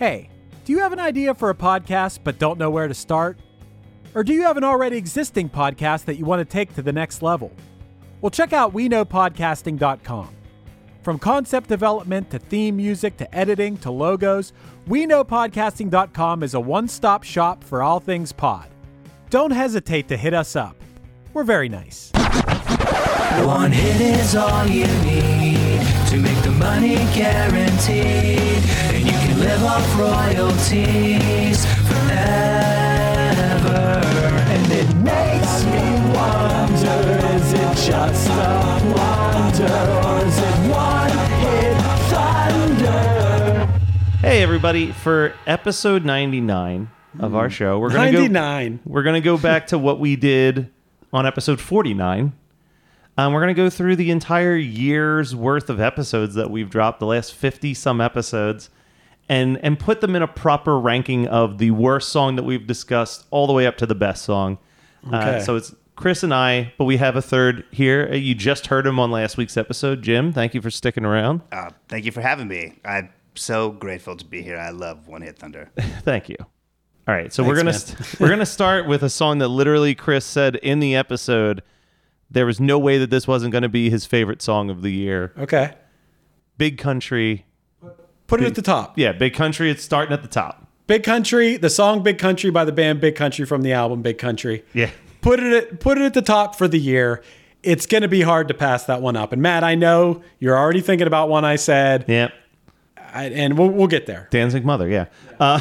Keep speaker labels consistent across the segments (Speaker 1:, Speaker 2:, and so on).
Speaker 1: Hey, do you have an idea for a podcast but don't know where to start? Or do you have an already existing podcast that you want to take to the next level? Well, check out WeKnowPodcasting.com. From concept development to theme music to editing to logos, WeKnowPodcasting.com is a one stop shop for all things pod. Don't hesitate to hit us up. We're very nice.
Speaker 2: One hit is all you need to make the money guaranteed, and you can live off royalties forever. And it makes me wonder: is it just a wonder, or is it one hit thunder?
Speaker 3: Hey everybody, for episode 99 of our show, we're going to go
Speaker 4: 99.
Speaker 3: we're going to go back to what we did on episode 49. Um, we're going to go through the entire year's worth of episodes that we've dropped, the last 50 some episodes, and and put them in a proper ranking of the worst song that we've discussed all the way up to the best song. Uh,
Speaker 4: Okay.
Speaker 3: so it's Chris and I, but we have a third here. Uh, You just heard him on last week's episode. Jim, thank you for sticking around.
Speaker 5: Uh, thank you for having me. I'm so grateful to be here. I love One Hit Thunder.
Speaker 3: Thank you. All right, so we're gonna st- we're gonna start with a song that literally Chris said in the episode. There was no way that this wasn't going to be his favorite song of the year.
Speaker 4: Okay.
Speaker 3: Big Country,
Speaker 4: Put it at the top.
Speaker 3: yeah, Big Country. It's starting at the top.
Speaker 4: Big Country, the song Big Country by the band Big Country from the album Big Country.
Speaker 3: Yeah,
Speaker 4: Put it at, put it at the top for the year. It's going to be hard to pass that one up. And Matt, I know you're already thinking about one I said,
Speaker 3: yeah.
Speaker 4: I, and we'll, we'll get there.
Speaker 3: Danzig Mother, yeah. Uh,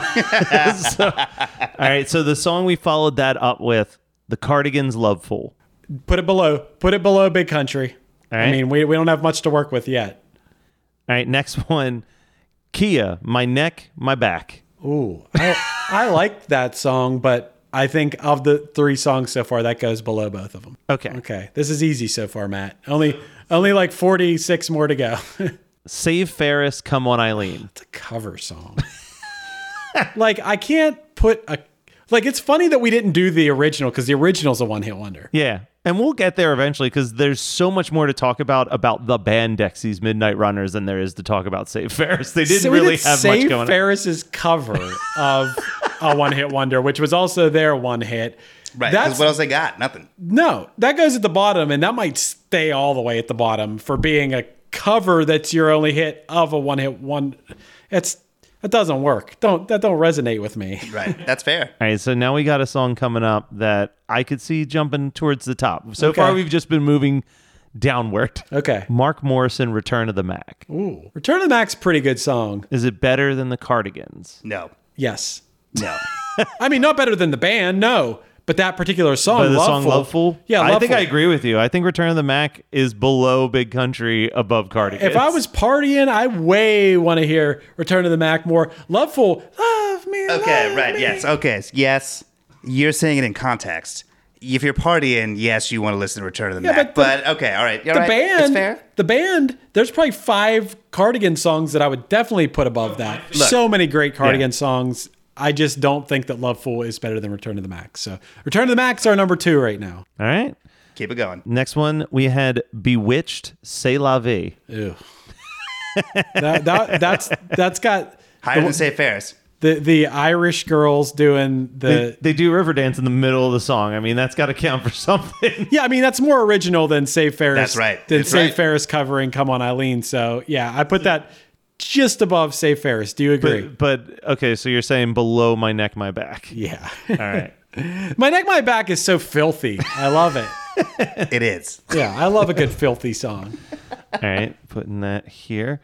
Speaker 3: so, all right, so the song we followed that up with, The Cardigans' Love Fool.
Speaker 4: Put it below. Put it below Big Country.
Speaker 3: All right.
Speaker 4: I mean, we, we don't have much to work with yet.
Speaker 3: All right, next one, Kia, My Neck, My Back.
Speaker 4: Ooh, I, I liked that song, but I think of the three songs so far, that goes below both of them.
Speaker 3: Okay.
Speaker 4: Okay, this is easy so far, Matt. Only only like forty six more to go. it's
Speaker 3: Save Ferris, Come On Eileen.
Speaker 4: a cover song. like I can't put a like. It's funny that we didn't do the original because the original's a one hit wonder.
Speaker 3: Yeah. And we'll get there eventually because there's so much more to talk about about the band Dexy's Midnight Runners than there is to talk about Save Ferris. They didn't
Speaker 4: So we
Speaker 3: really
Speaker 4: did
Speaker 3: have
Speaker 4: Save
Speaker 3: much going on.
Speaker 4: Ferris's cover of a one hit wonder, which was also their one hit.
Speaker 5: Right. Because
Speaker 4: That's
Speaker 5: what else they got? Nothing.
Speaker 4: No, that goes at the bottom, and that might stay all the way at the bottom for being a cover that's your only hit of a one hit one. It's that doesn't work. Don't that don't resonate with me.
Speaker 5: Right. That's fair.
Speaker 3: All right, so now we got a song coming up that I could see jumping towards the top. So
Speaker 4: Okay.
Speaker 3: far, we've just been moving downward.
Speaker 4: Okay,
Speaker 3: Mark Morrison, Return of the Mac.
Speaker 4: Ooh. Return of the Mac's a pretty good song.
Speaker 3: Is it better than the Cardigans?
Speaker 5: No.
Speaker 4: Yes,
Speaker 5: No.
Speaker 4: I mean not better than the band, no, but that particular song,
Speaker 3: By the
Speaker 4: Oh, Loveful,
Speaker 3: song "Loveful,"
Speaker 4: yeah,
Speaker 3: I think
Speaker 4: Loveful.
Speaker 3: I agree with you. I think "Return of the Mac" is below "Big Country," above "Cardigans."
Speaker 4: If I was partying, I way want to hear Return of the Mac more. Loveful, love me.
Speaker 5: Okay,
Speaker 4: love
Speaker 5: right.
Speaker 4: me.
Speaker 5: Yes. Okay. Yes. You're saying it in context. If you're partying, yes, you want to listen to Return of the
Speaker 4: Yeah,
Speaker 5: Mac.
Speaker 4: but
Speaker 5: But, okay, all right. All
Speaker 4: the
Speaker 5: right.
Speaker 4: band
Speaker 5: It's fair.
Speaker 4: the band there's probably five cardigan songs that i would definitely put above that so many great cardigan songs I just don't think that Love Fool is better than Return to the Max. So Return to the Max are number two right now.
Speaker 3: All right.
Speaker 5: Keep it going.
Speaker 3: Next one, we had Bewitched, C'est La Vie.
Speaker 4: Ew. that, that, that's that's got
Speaker 5: Higher than Say Ferris.
Speaker 4: the the Irish girls doing the.
Speaker 3: They, they do Riverdance in the middle of the song. I mean, that's got to count for something.
Speaker 4: yeah, I mean that's more original than Save Ferris.
Speaker 5: That's right.
Speaker 4: Than
Speaker 5: That's
Speaker 4: Save
Speaker 5: right.
Speaker 4: Ferris covering "Come On Eileen." So yeah, I put that just above Save Ferris. Do you agree?
Speaker 3: but, but, okay, so you're saying below my neck, my back.
Speaker 4: yeah.
Speaker 3: All right.
Speaker 4: my neck, my back is so filthy. I love it.
Speaker 5: It is.
Speaker 4: Yeah, I love a good filthy song.
Speaker 3: All right, putting that here.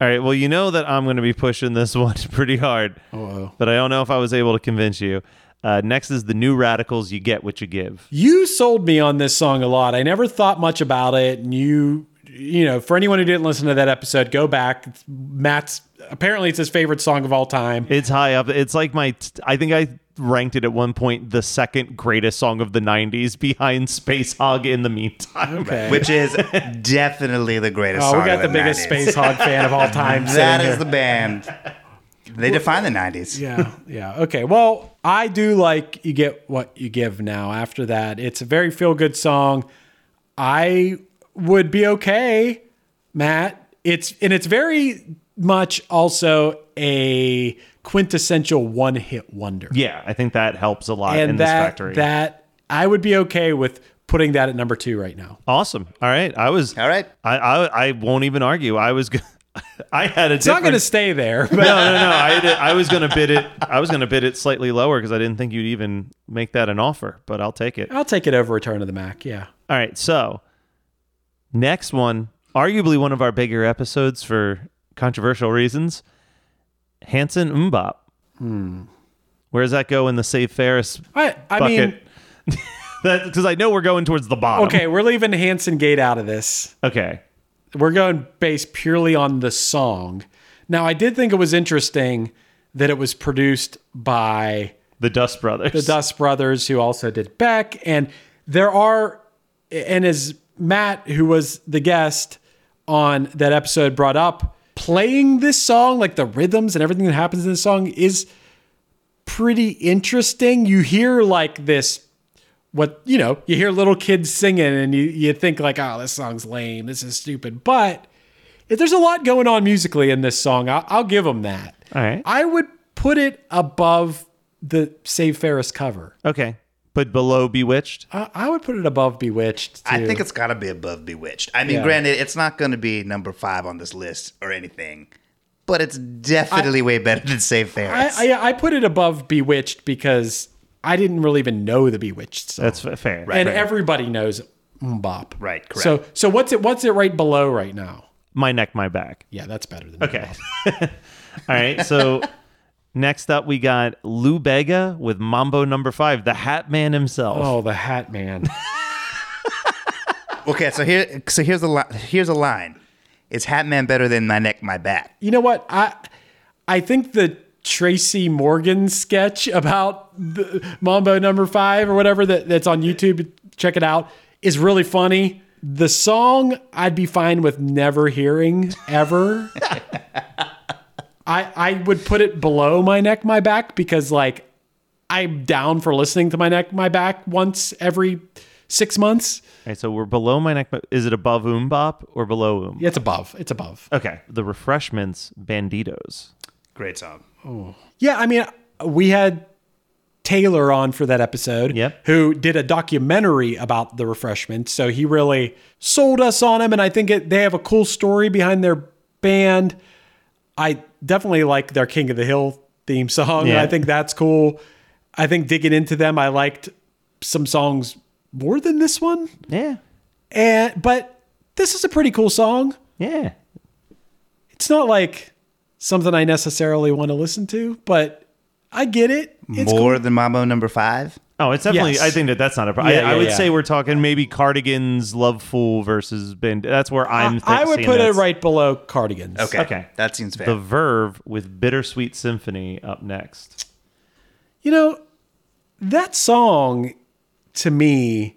Speaker 3: All right, well, you know that I'm going to be pushing this one pretty hard,
Speaker 4: Uh-oh.
Speaker 3: but I don't know if I was able to convince you. Uh, next is the New Radicals. You get what you give.
Speaker 4: You sold me on this song a lot. I never thought much about it, and you, you know, for anyone who didn't listen to that episode, go back. It's Matt's apparently it's his favorite song of all time.
Speaker 3: It's high up. It's like my. t- I think I ranked it at one point the second greatest song of the '90s, behind Space Hog. In the meantime,
Speaker 4: Okay.
Speaker 5: Which is definitely the greatest
Speaker 4: Oh,
Speaker 5: song.
Speaker 4: we got Oh, the
Speaker 5: of
Speaker 4: biggest
Speaker 5: 90s.
Speaker 4: space hog fan of all time.
Speaker 5: That
Speaker 4: sitting
Speaker 5: is the band. They define the 90s.
Speaker 4: here. yeah, yeah. Okay. Well, I do like you get what you give now. After that, it's a very feel good song. I would be okay, Matt. It's and it's very much also a quintessential one hit wonder.
Speaker 3: yeah, I think that helps a lot
Speaker 4: and
Speaker 3: in this
Speaker 4: that
Speaker 3: factory.
Speaker 4: that I would be okay with putting that at number two right now.
Speaker 3: awesome. All right, I was.
Speaker 5: All right.
Speaker 3: I I, I won't even argue. I was. g- I had a.
Speaker 4: It's not going to
Speaker 3: different-
Speaker 4: stay there, but
Speaker 3: no, no, no. I had it- I was gonna bid it. I was gonna bid it slightly lower because I didn't think you'd even make that an offer. But I'll take it. All
Speaker 4: I'll take it over Return of the Mac. Yeah.
Speaker 3: right. So next one, arguably one of our bigger episodes for controversial reasons, Hanson Umbop. Hmm. Where does that go in the Save Ferris
Speaker 4: I I mean.
Speaker 3: bucket? Because I know we're going towards the bottom.
Speaker 4: Okay, we're leaving Hanson Gate out of this.
Speaker 3: Okay.
Speaker 4: We're going based purely on the song. Now, I did think it was interesting that it was produced by
Speaker 3: The Dust Brothers.
Speaker 4: the Dust Brothers, who also did Beck. And there are, and as Matt, who was the guest on that episode, brought up, playing this song, like the rhythms and everything that happens in this song, is pretty interesting. You hear like this. What you know, you hear little kids singing, and you, you think like, "Oh, this song's lame. This is stupid." But if there's a lot going on musically in this song, I'll, I'll give them that.
Speaker 3: All right.
Speaker 4: I would put it above the Save Ferris cover.
Speaker 3: Okay. But below Bewitched.
Speaker 4: I, I would put it above Bewitched.
Speaker 5: I
Speaker 4: too.
Speaker 5: think it's got to be above Bewitched. I mean,
Speaker 4: Yeah.
Speaker 5: granted, it's not going to be number five on this list or anything, but it's definitely way better than Save Ferris.
Speaker 4: I, I I put it above Bewitched because I didn't really even know the Bewitched song,
Speaker 3: That's f- fair.
Speaker 4: and everybody knows Mbop.
Speaker 5: Right, correct.
Speaker 4: So so what's it what's it right below right now?
Speaker 3: My neck, my back.
Speaker 4: Yeah, that's better than
Speaker 3: Okay. All right. So next up, we got Lou Bega with Mambo number five, the Hat Man himself.
Speaker 4: Oh, the Hat Man.
Speaker 5: okay, so here, so here's a li- here's a line: Is Hatman better than My Neck, My Back?
Speaker 4: you know what i i think the tracy morgan sketch about the mambo number five or whatever that, that's on youtube check it out is really funny the song i'd be fine with never hearing ever i i would put it below my neck my back because like i'm down for listening to my neck my back once every six months
Speaker 3: All right. So we're below my neck. Is it above Oom Bop or below Oom?
Speaker 4: it's above it's above
Speaker 3: Okay. The Refreshments, Banditos.
Speaker 5: Great song.
Speaker 4: Yeah, I mean, we had Taylor on for that episode,
Speaker 3: Yep.
Speaker 4: who did a documentary about the refreshments. So he really sold us on him, and I think it, they have a cool story behind their band. I definitely like their King of the Hill theme song.
Speaker 3: Yeah.
Speaker 4: I think that's cool. I think digging into them, I liked some songs more than this one,
Speaker 3: Yeah.
Speaker 4: and but this is a pretty cool song.
Speaker 3: Yeah.
Speaker 4: It's not like something I necessarily want to listen to, but I get it. It's
Speaker 5: More than Mambo Number Five.
Speaker 3: Oh, it's definitely.
Speaker 4: Yes.
Speaker 3: I think that that's not a problem.
Speaker 4: Yeah,
Speaker 3: I, I
Speaker 4: yeah,
Speaker 3: would
Speaker 4: yeah.
Speaker 3: say we're talking maybe Cardigans, Love Fool versus Band. That's where I'm. thi-
Speaker 4: I would
Speaker 3: seeing
Speaker 4: put
Speaker 3: this.
Speaker 4: it right below cardigans.
Speaker 5: Okay,
Speaker 3: Okay.
Speaker 5: that seems fair.
Speaker 3: The Verve with Bittersweet Symphony up next.
Speaker 4: You know, that song to me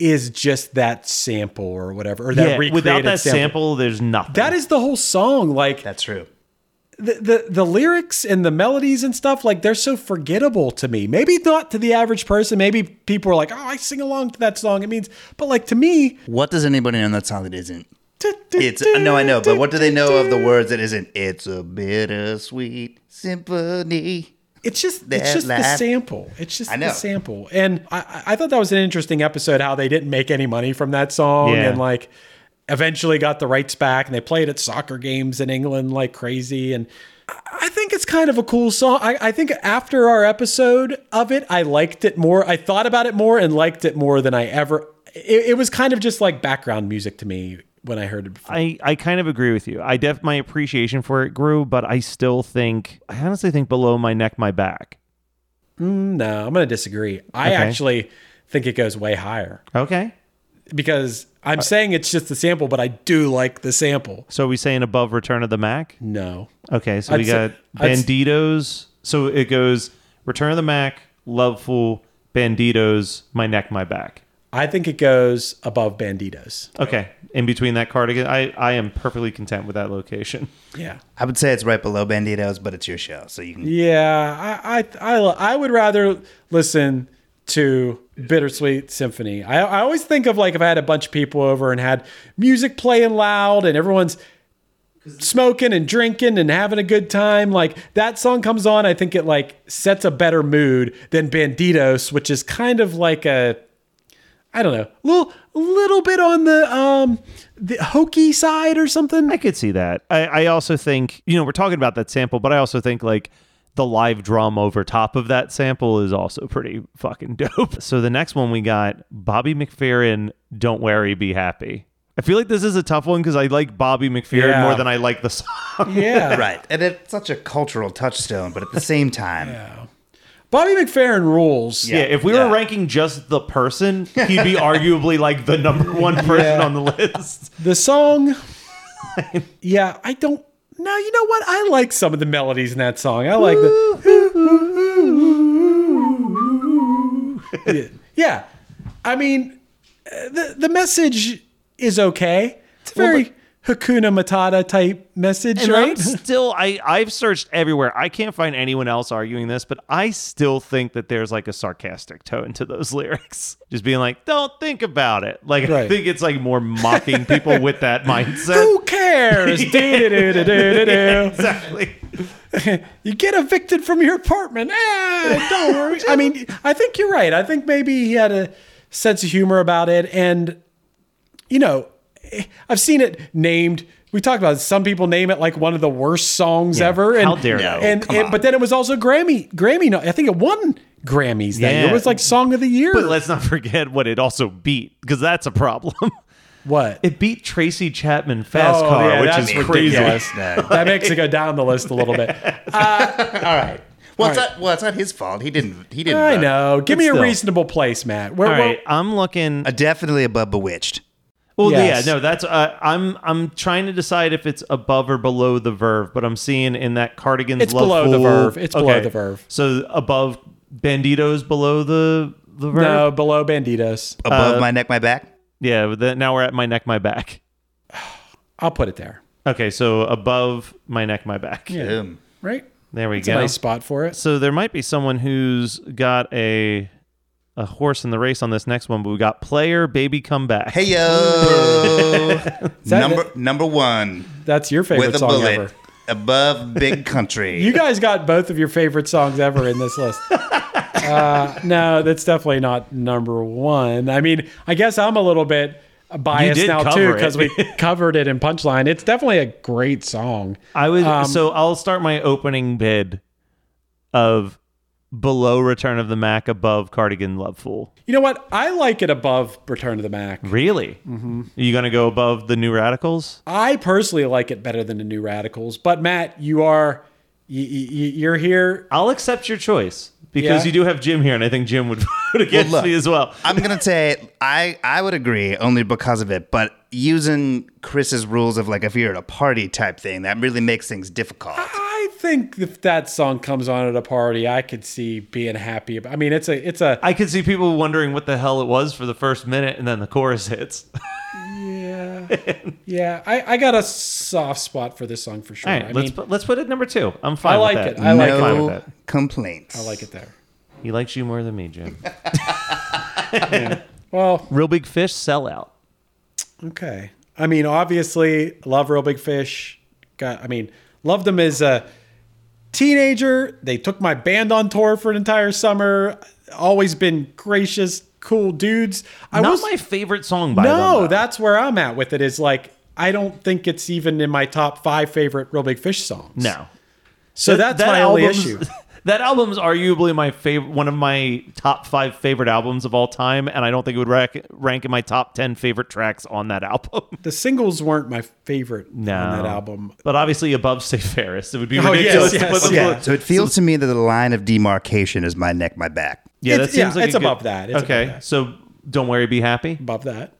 Speaker 4: is just that sample or whatever, or that
Speaker 3: yeah,
Speaker 4: recreated
Speaker 3: without that
Speaker 4: sample.
Speaker 3: sample, there's nothing.
Speaker 4: That is the whole song. Like
Speaker 5: That's true.
Speaker 4: the, the the lyrics and the melodies and stuff like they're so forgettable to me. Maybe not to the average person. Maybe people are like, "Oh, I sing along to that song." It means, but like to me,
Speaker 5: What does anybody know in that song that isn't? It's uh, no, I know, but what do they know of the words that isn't? It's a bittersweet symphony.
Speaker 4: It's just
Speaker 5: That
Speaker 4: it's just the
Speaker 5: laugh.
Speaker 4: sample. It's just
Speaker 5: I
Speaker 4: the
Speaker 5: know.
Speaker 4: sample. And I, I- I thought that was an interesting episode how they didn't make any money from that song
Speaker 3: Yeah.
Speaker 4: and like eventually got the rights back and they played at soccer games in England like crazy and I- I think it's kind of a cool song. I, I think after our episode of it, I liked it more. I thought about it more and liked it more than I ever. It, it was kind of just like background music to me when I heard it before.
Speaker 3: I, I kind of agree with you. I def my appreciation for it grew, but I still think I honestly think below my neck, my back.
Speaker 4: Hmm, No, I'm going to disagree. I
Speaker 3: Okay.
Speaker 4: actually think it goes way higher.
Speaker 3: Okay.
Speaker 4: because I'm saying it's just the sample, but I do like the sample.
Speaker 3: So are we saying above Return of the Mac?
Speaker 4: No.
Speaker 3: Okay, so
Speaker 4: I'd
Speaker 3: we
Speaker 4: say-
Speaker 3: got
Speaker 4: I'd s-
Speaker 3: Bandidos. So it goes Return of the Mac, Loveful, Bandidos, My Neck, My Back.
Speaker 4: I think it goes above Banditos.
Speaker 3: Okay. In between that cardigan, I, I am perfectly content with that location.
Speaker 4: Yeah.
Speaker 5: I would say it's right below Banditos, but it's your show, so you can.
Speaker 4: Yeah. I I, I, I would rather listen to Bittersweet Symphony. I, I always think of like if I had a bunch of people over and had music playing loud and everyone's smoking and drinking and having a good time like that song comes on i think it like sets a better mood than banditos which is kind of like a i don't know little little bit on the um the hokey side or something
Speaker 3: I could see that. I, I also think, you know, we're talking about that sample, but I also think like the live drum over top of that sample is also pretty fucking dope. So the next one we got Bobby McFerrin, Don't Worry, Be Happy. I feel like this is a tough one because I like Bobby McFerrin
Speaker 4: Yeah.
Speaker 3: more than I like the song.
Speaker 4: yeah
Speaker 5: Right. And it's such a cultural touchstone, but at the same time,
Speaker 4: bobby mcferrin rules
Speaker 3: Yeah, if we
Speaker 5: yeah.
Speaker 3: were ranking just the person, he'd be arguably like the number one person on the list.
Speaker 4: The song, yeah, I don't. No, you know what? I like some of the melodies in that song. I like the. yeah, I mean, uh, the the message is okay. It's a very Hakuna Matata type message,
Speaker 3: And I'm
Speaker 4: right?
Speaker 3: still, I I've searched everywhere. I can't find anyone else arguing this, but I still think that there's like a sarcastic tone to those lyrics, just being like, "Don't think about it." Like I
Speaker 4: Right.
Speaker 3: think it's like more mocking people with that mindset.
Speaker 4: Who cares?
Speaker 3: Yeah,
Speaker 4: Do-do-do-do-do-do.
Speaker 3: exactly.
Speaker 4: You get evicted from your apartment. Eh, don't worry. I mean, I think you're right. I think maybe he had a sense of humor about it. And, you know, eh, I've seen it named. We talked about it. some people name it like one of the worst songs ever. And,
Speaker 3: How dare
Speaker 5: No.
Speaker 3: they?
Speaker 4: and,
Speaker 5: come
Speaker 4: and-
Speaker 5: on.
Speaker 4: but then it was also Grammy Grammy. no- I think it won Grammys that year. It
Speaker 3: Yeah.
Speaker 4: was like song of the year.
Speaker 3: But let's not forget what it also beat, because that's a problem.
Speaker 4: what?
Speaker 3: It beat Tracy Chapman Fast
Speaker 4: Oh,
Speaker 3: Car,
Speaker 4: yeah,
Speaker 3: which
Speaker 4: that's
Speaker 3: is crazy.
Speaker 4: ridiculous.
Speaker 5: No.
Speaker 4: that makes it go down the list a little bit.
Speaker 5: well, it's not, well, it's not his fault. He didn't. He didn't.
Speaker 4: I
Speaker 5: vote.
Speaker 4: know. Give
Speaker 3: But
Speaker 4: me a
Speaker 3: still.
Speaker 4: reasonable place, Matt. Where,
Speaker 3: All
Speaker 4: where-
Speaker 3: right, I'm looking.
Speaker 5: Uh, Definitely above Bewitched.
Speaker 3: Well,
Speaker 4: Yes.
Speaker 3: yeah, no, that's uh, I'm I'm trying to decide if it's above or below the Verve, but I'm seeing in that cardigan's
Speaker 4: It's
Speaker 3: Love
Speaker 4: below the
Speaker 3: Fool-
Speaker 4: Verve. It's below the Verve.
Speaker 3: So above Banditos, below the the Verve.
Speaker 4: no, below Banditos.
Speaker 5: Above my neck, my back.
Speaker 3: Yeah, but then, now we're at my neck, my back.
Speaker 4: I'll put it there.
Speaker 3: Okay, so above my neck, my back.
Speaker 5: Boom.
Speaker 4: Right?
Speaker 3: There we
Speaker 4: It's
Speaker 3: go.
Speaker 4: a nice spot for it.
Speaker 3: So there might be someone who's got a a horse in the race on this next one, but we got player baby come back.
Speaker 5: Hey yo.
Speaker 4: that
Speaker 5: number number one
Speaker 4: That's your favorite
Speaker 5: with a
Speaker 4: song
Speaker 5: bullet
Speaker 4: ever.
Speaker 5: above Big Country.
Speaker 4: You guys got both of your favorite songs ever in this list. Uh, no, that's definitely not number one. I mean, I guess I'm a little bit biased
Speaker 3: did
Speaker 4: now too
Speaker 3: cover it.
Speaker 4: because we covered it in Punchline. It's definitely a great song.
Speaker 3: I was so I'll start my opening bid of below Return of the Mac, above Cardigan Love Fool.
Speaker 4: You know what? I like it above Return of the Mac.
Speaker 3: Really? Mm-hmm. Are you gonna go above the New Radicals?
Speaker 4: I personally like it better than the New Radicals. But Matt, you are you, you, you're here
Speaker 3: I'll accept your choice because
Speaker 4: Yeah.
Speaker 3: you do have Jim here, and I think Jim would vote against
Speaker 5: look,
Speaker 3: me as well.
Speaker 5: I'm gonna say I I would agree only because of it, but using Chris's rules of like if you're at a party type thing, that really makes things difficult.
Speaker 4: I think if that song comes on at a party, I could see being happy about. I mean, it's a it's a
Speaker 3: I could see people wondering what the hell it was for the first minute, and then the chorus hits.
Speaker 4: yeah. Yeah, I, I got a soft spot for this song for sure.
Speaker 3: All right,
Speaker 4: I
Speaker 3: let's
Speaker 4: mean,
Speaker 3: put, let's put it number two. I'm fine.
Speaker 4: I
Speaker 3: with
Speaker 4: like
Speaker 3: that.
Speaker 4: it. I like
Speaker 3: I'm
Speaker 4: it.
Speaker 3: fine
Speaker 5: no
Speaker 3: with that.
Speaker 5: complaints.
Speaker 4: I like it there.
Speaker 3: He likes you more than me, Jim.
Speaker 4: Well,
Speaker 3: Real big fish sellout.
Speaker 4: okay. I mean, obviously, love Real Big Fish. Got, I mean, loved them as a teenager. They took my band on tour for an entire summer. Always been gracious, cool dudes. I
Speaker 3: Not
Speaker 4: was
Speaker 3: my favorite song by them.
Speaker 4: no.
Speaker 3: though.
Speaker 4: That's where I'm at with it. Is like I don't think it's even in my top five favorite Real Big Fish songs.
Speaker 3: no.
Speaker 4: So that's my only issue.
Speaker 3: That album's arguably my favorite, one of my top five favorite albums of all time, and I don't think it would rank, rank in my top ten favorite tracks on that album.
Speaker 4: The singles weren't my favorite on that
Speaker 3: No.
Speaker 4: album.
Speaker 3: But obviously, above "Say Ferris, it would be
Speaker 4: Oh,
Speaker 3: ridiculous.
Speaker 4: yes,
Speaker 3: to put
Speaker 4: yes,
Speaker 3: the-
Speaker 5: Yeah, so it feels to me that the line of demarcation is my neck, my back.
Speaker 3: Yeah, that
Speaker 4: It's- yeah,
Speaker 3: seems like
Speaker 4: it's
Speaker 3: a good-
Speaker 4: above that. It's
Speaker 3: okay,
Speaker 4: above that.
Speaker 3: so don't worry, be happy.
Speaker 4: Above that,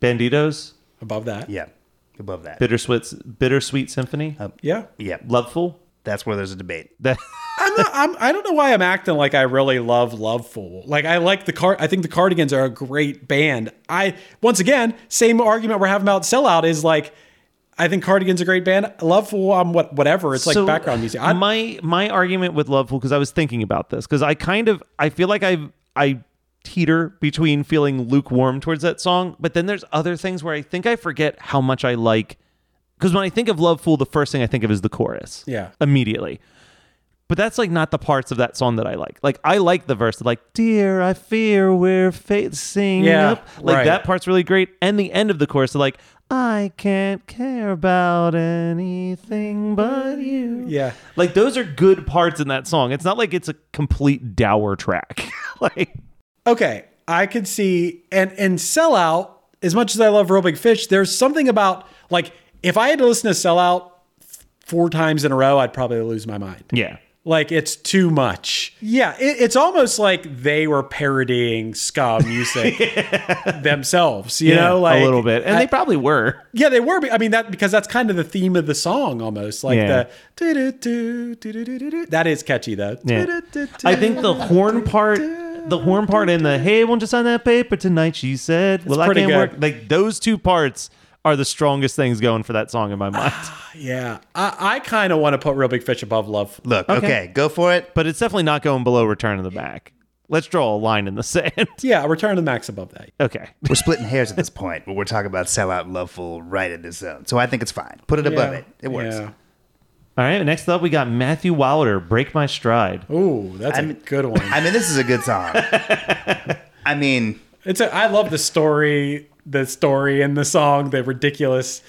Speaker 3: Banditos,
Speaker 4: above that.
Speaker 5: Yeah, above that.
Speaker 3: bittersweet, bittersweet symphony,
Speaker 4: Yeah.
Speaker 5: yeah,
Speaker 3: loveful.
Speaker 5: that's where there's a debate.
Speaker 3: That
Speaker 4: I'm not, I'm, I don't know why I'm acting like I really love Loveful. Like I like the car. I think the Cardigans are a great band. I once again same argument we're having about sellout is like I think Cardigans a great band. Loveful, I'm what whatever. It's like
Speaker 3: So,
Speaker 4: background music. I,
Speaker 3: my my argument with Loveful because I was thinking about this because I kind of I feel like I I teeter between feeling lukewarm towards that song, but then there's other things where I think I forget how much I like because when I think of Loveful, the first thing I think of is the chorus.
Speaker 4: Yeah.
Speaker 3: immediately. But that's like not the parts of that song that I like. Like I like the verse, like "Dear, I fear we're facing
Speaker 4: Yeah,
Speaker 3: up." Like
Speaker 4: right.
Speaker 3: that part's really great, and the end of the chorus, like "I can't care about anything but you."
Speaker 4: yeah.
Speaker 3: Like those are good parts in that song. It's not like it's a complete dour track. like
Speaker 4: okay, I could see and and sellout. As much as I love real big fish, there's something about like if I had to listen to sellout four times in a row, I'd probably lose my mind.
Speaker 3: yeah,
Speaker 4: Like it's too much. Yeah, it, it's almost like they were parodying ska music themselves. You know, like
Speaker 3: a little bit, and
Speaker 4: I-
Speaker 3: they probably were.
Speaker 4: yeah, they were. be- I mean, that because that's kind of the theme of the song almost. Like
Speaker 3: Yeah.
Speaker 4: the doo-doo-doo, doo-doo-doo-doo. that is catchy though.
Speaker 3: Yeah. I think the horn part, the horn part, and the "Hey, won't you sign that paper tonight?" She said. Well, I
Speaker 4: pretty
Speaker 3: can't
Speaker 4: good.
Speaker 3: work. Like those two parts are the strongest things going for that song in my mind.
Speaker 4: Yeah, I, I kind of want to put Real Big Fish above Love.
Speaker 5: Look, okay, go for it.
Speaker 3: but it's definitely not going below "Return of the Back." Let's draw a line in the sand.
Speaker 4: Yeah, Return to the Max above that.
Speaker 3: okay.
Speaker 5: We're splitting hairs at this point, but we're talking about sellout, loveful, right in this zone. So I think it's fine. Put it above
Speaker 4: Yeah.
Speaker 5: it. It works.
Speaker 4: Yeah.
Speaker 3: All right. Next up, we got Matthew Wilder, "Break My Stride."
Speaker 4: Ooh, that's a
Speaker 5: I'm-
Speaker 4: good one.
Speaker 5: I mean, this is a good song. I mean,
Speaker 4: It's a, I love the story, the story and the song, the ridiculous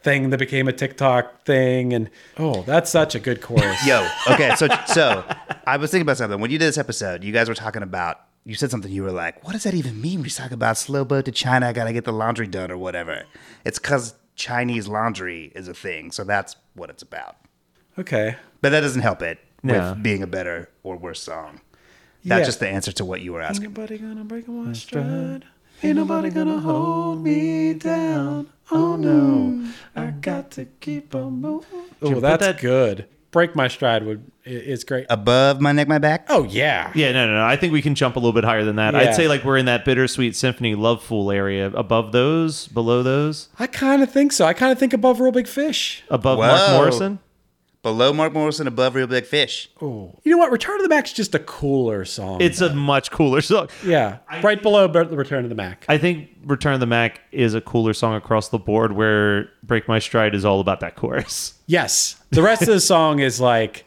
Speaker 4: thing that became a TikTok thing, and oh, that's such a good chorus.
Speaker 5: yo, okay. So, so I was thinking about something when you did this episode. You guys were talking about. You said something. You were like, "What does that even mean?" When you talk about slow boat to China, I gotta get the laundry done or whatever. It's because Chinese laundry is a thing, so that's what it's about.
Speaker 4: Okay.
Speaker 5: But that doesn't help it
Speaker 3: No.
Speaker 5: with being a better or worse song. That's
Speaker 4: Yeah.
Speaker 5: just the answer to what you were asking.
Speaker 4: Nobody gonna break my stride. Ain't nobody gonna hold me down. Oh no, I got to keep on moving. Oh, that's
Speaker 3: that-
Speaker 4: good. Break my stride would i- is great.
Speaker 5: Above my neck, my back.
Speaker 4: oh yeah.
Speaker 3: Yeah, no, no, no. I think we can jump a little bit higher than that.
Speaker 4: Yeah.
Speaker 3: I'd say like we're in that bittersweet symphony, love fool area. Above those, below those,
Speaker 4: I kind of think so. I kind of think above Real Big Fish.
Speaker 3: above Mark
Speaker 5: Whoa.
Speaker 3: Morrison.
Speaker 5: Below Mark Morrison, above Real Big Fish.
Speaker 4: You know what? Return to the Mac's just a cooler song.
Speaker 3: It's a much cooler song.
Speaker 4: yeah, right below Bur- Return to the Mac.
Speaker 3: I think Return of the Mac is a cooler song across the board where Break My Stride is all about that chorus.
Speaker 4: Yes. The rest of the song is like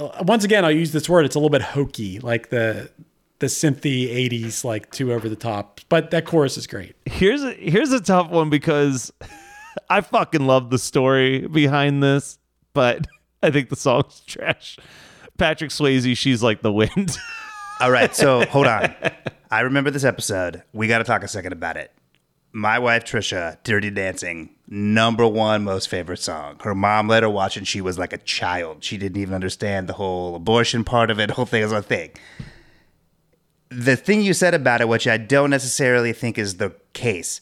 Speaker 4: uh, once again I'll use this word, it's a little bit hokey, like the the synthy 80s like too over the top, but that chorus is great.
Speaker 3: Here's a, here's a tough one because I fucking love the story behind this, but I think the song's trash. Patrick Swayze, she's like the wind.
Speaker 5: All right, so hold on. I remember this episode. We got to talk a second about it. My wife Trisha, Dirty Dancing, number one most favorite song. Her mom let her watch, and she was like a child. She didn't even understand the whole abortion part of it. Whole thing is a thing. The thing you said about it, which I don't necessarily think is the case,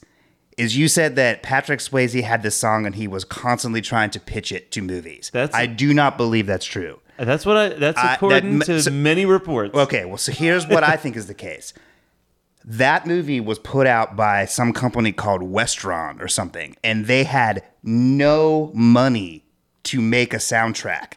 Speaker 5: is you said that Patrick Swayze had this song and he was constantly trying to pitch it to movies.
Speaker 3: That's-
Speaker 5: I do not believe that's true.
Speaker 3: that's what I. That's
Speaker 5: I- that
Speaker 3: according
Speaker 5: ma-
Speaker 3: to
Speaker 5: so-
Speaker 3: many reports.
Speaker 5: Okay, well, so here's what I think is the case. That movie was put out by some company called Westron or something, and they had no money to make a soundtrack.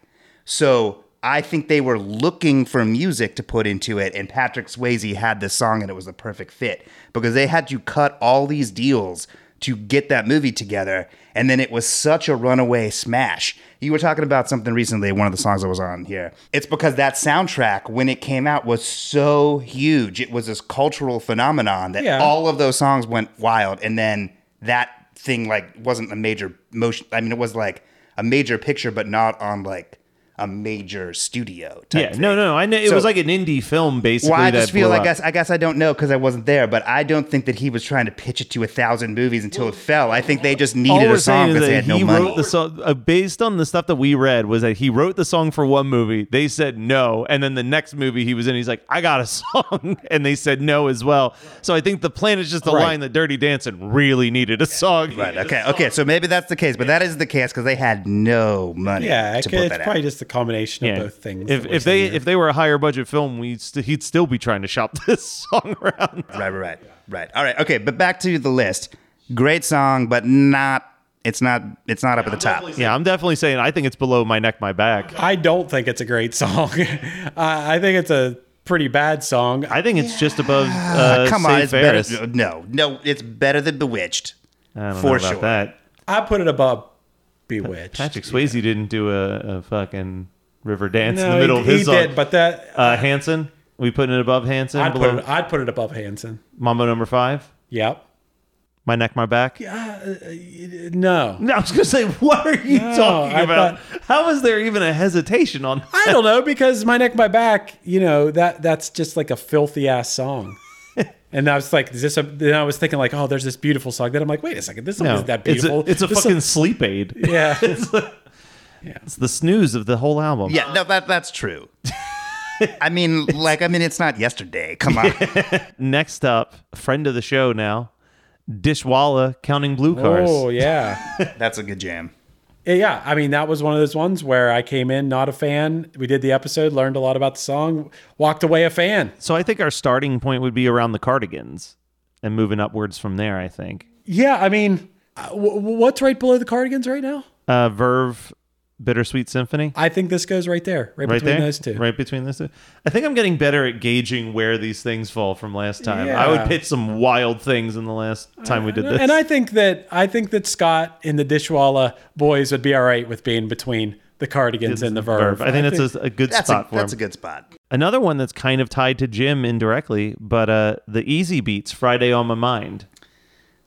Speaker 5: So I think they were looking for music to put into it, and Patrick Swayze had this song, and it was the perfect fit because they had to cut all these deals to get that movie together, and then it was such a runaway smash. You were talking about something recently, one of the songs I was on here. It's because that soundtrack, when it came out, was so huge. It was this cultural phenomenon that
Speaker 4: Yeah.
Speaker 5: all of those songs went wild, and then that thing like wasn't a major motion. I mean, it was like a major picture, but not on like a major studio. Type
Speaker 3: Yeah,
Speaker 5: thing.
Speaker 3: no, no, I know it
Speaker 5: So-
Speaker 3: was like an indie film basically.
Speaker 5: Well, I
Speaker 3: that
Speaker 5: just feel
Speaker 3: blew
Speaker 5: I
Speaker 3: up.
Speaker 5: guess I guess I don't know because I wasn't there, but I don't think that he was trying to pitch it to a thousand movies until it fell. I think they just
Speaker 3: all
Speaker 5: needed
Speaker 3: we're
Speaker 5: a song
Speaker 3: saying is
Speaker 5: because they
Speaker 3: that
Speaker 5: had no
Speaker 3: he
Speaker 5: money.
Speaker 3: wrote the song uh, based on the stuff that we read was that he wrote the song for one movie. They said no, and then the next movie he was in, he's like, "I got a song," and they said no as well. So I think the plan is just a line that Dirty Dancing really needed a song.
Speaker 5: Right. Okay. Okay. So maybe that's the case, but that is the case because they had no money.
Speaker 4: Yeah, it
Speaker 5: to
Speaker 4: could-
Speaker 5: put
Speaker 4: it's
Speaker 5: that out.
Speaker 4: probably just the combination of
Speaker 3: Yeah.
Speaker 4: both things.
Speaker 3: If,
Speaker 4: that we're
Speaker 3: if they
Speaker 4: saying here.
Speaker 3: if they were a higher budget film, we st- he'd still be trying to shop this song around.
Speaker 5: Right. Right. Right. Right. All right. Okay. But back to the list. Great song, but not. It's not. It's not up at the top.
Speaker 3: Yeah, I'm definitely saying I think it's below my neck, my back.
Speaker 4: I don't think it's a great song. I I think it's a pretty bad song.
Speaker 3: I think it's just above. Uh,
Speaker 5: Ah, Come on.
Speaker 3: Save
Speaker 5: It's
Speaker 3: Ferris.
Speaker 5: better. No. No. It's better than Bewitched.
Speaker 3: I don't
Speaker 5: for
Speaker 3: know about
Speaker 5: sure.
Speaker 3: that.
Speaker 4: I put it above Bewitched.
Speaker 3: Patrick Swayze didn't do a, a fucking river dance in
Speaker 4: no,
Speaker 3: the middle
Speaker 4: he,
Speaker 3: of his
Speaker 4: he
Speaker 3: song.
Speaker 4: did, but that
Speaker 3: uh, Hanson, we putting it above Hanson,
Speaker 4: I'd put
Speaker 3: below
Speaker 4: it, I'd put it above Hanson.
Speaker 3: Mambo number five.
Speaker 4: Yep.
Speaker 3: My neck, my back.
Speaker 4: No.
Speaker 3: No, I was gonna say, what are you
Speaker 4: No,
Speaker 3: talking
Speaker 4: I
Speaker 3: about? How is there even a hesitation on?
Speaker 4: I don't know because my neck, my back. You know that that's just like a filthy ass song. And I was like, is this a? Then I was thinking like, oh, there's this beautiful song. Then I'm like, wait a second, this song
Speaker 3: No,
Speaker 4: isn't that
Speaker 3: it's a,
Speaker 4: beautiful.
Speaker 3: it's a
Speaker 4: This
Speaker 3: fucking
Speaker 4: song-
Speaker 3: sleep aid.
Speaker 4: yeah.
Speaker 3: It's the snooze of the whole album.
Speaker 5: Yeah, no, that that's true. I mean, like, I mean, it's not yesterday. Come on,
Speaker 3: Next up, friend of the show now, Dishwalla counting blue cars.
Speaker 4: oh yeah.
Speaker 5: that's a good jam.
Speaker 4: Yeah, Yeah, I mean that was one of those ones where I came in not a fan. We did the episode, learned a lot about the song, walked away a fan.
Speaker 3: So I think our starting point would be around the Cardigans, and moving upwards from there. I think
Speaker 4: Yeah, I mean, uh, w- w- what's right below the Cardigans right now?
Speaker 3: uh, Verve, Bittersweet Symphony.
Speaker 4: I think this goes right there, right,
Speaker 3: right
Speaker 4: Ah, between
Speaker 3: there,
Speaker 4: those two.
Speaker 3: right between those two. I think I'm getting better at gauging where these things fall from last time. I
Speaker 4: Yeah.
Speaker 3: would pitch some wild things in the last time we did this.
Speaker 4: And I think that I think that Scott and the Dishwalla boys would be all right with being between the Cardigans and the Verve.
Speaker 3: I think that's a, a good
Speaker 5: That's a,
Speaker 3: spot for
Speaker 5: that's a
Speaker 3: him.
Speaker 5: good spot.
Speaker 3: Another one that's kind of tied to Jim indirectly, but uh, the Easy Beats, Friday on My Mind.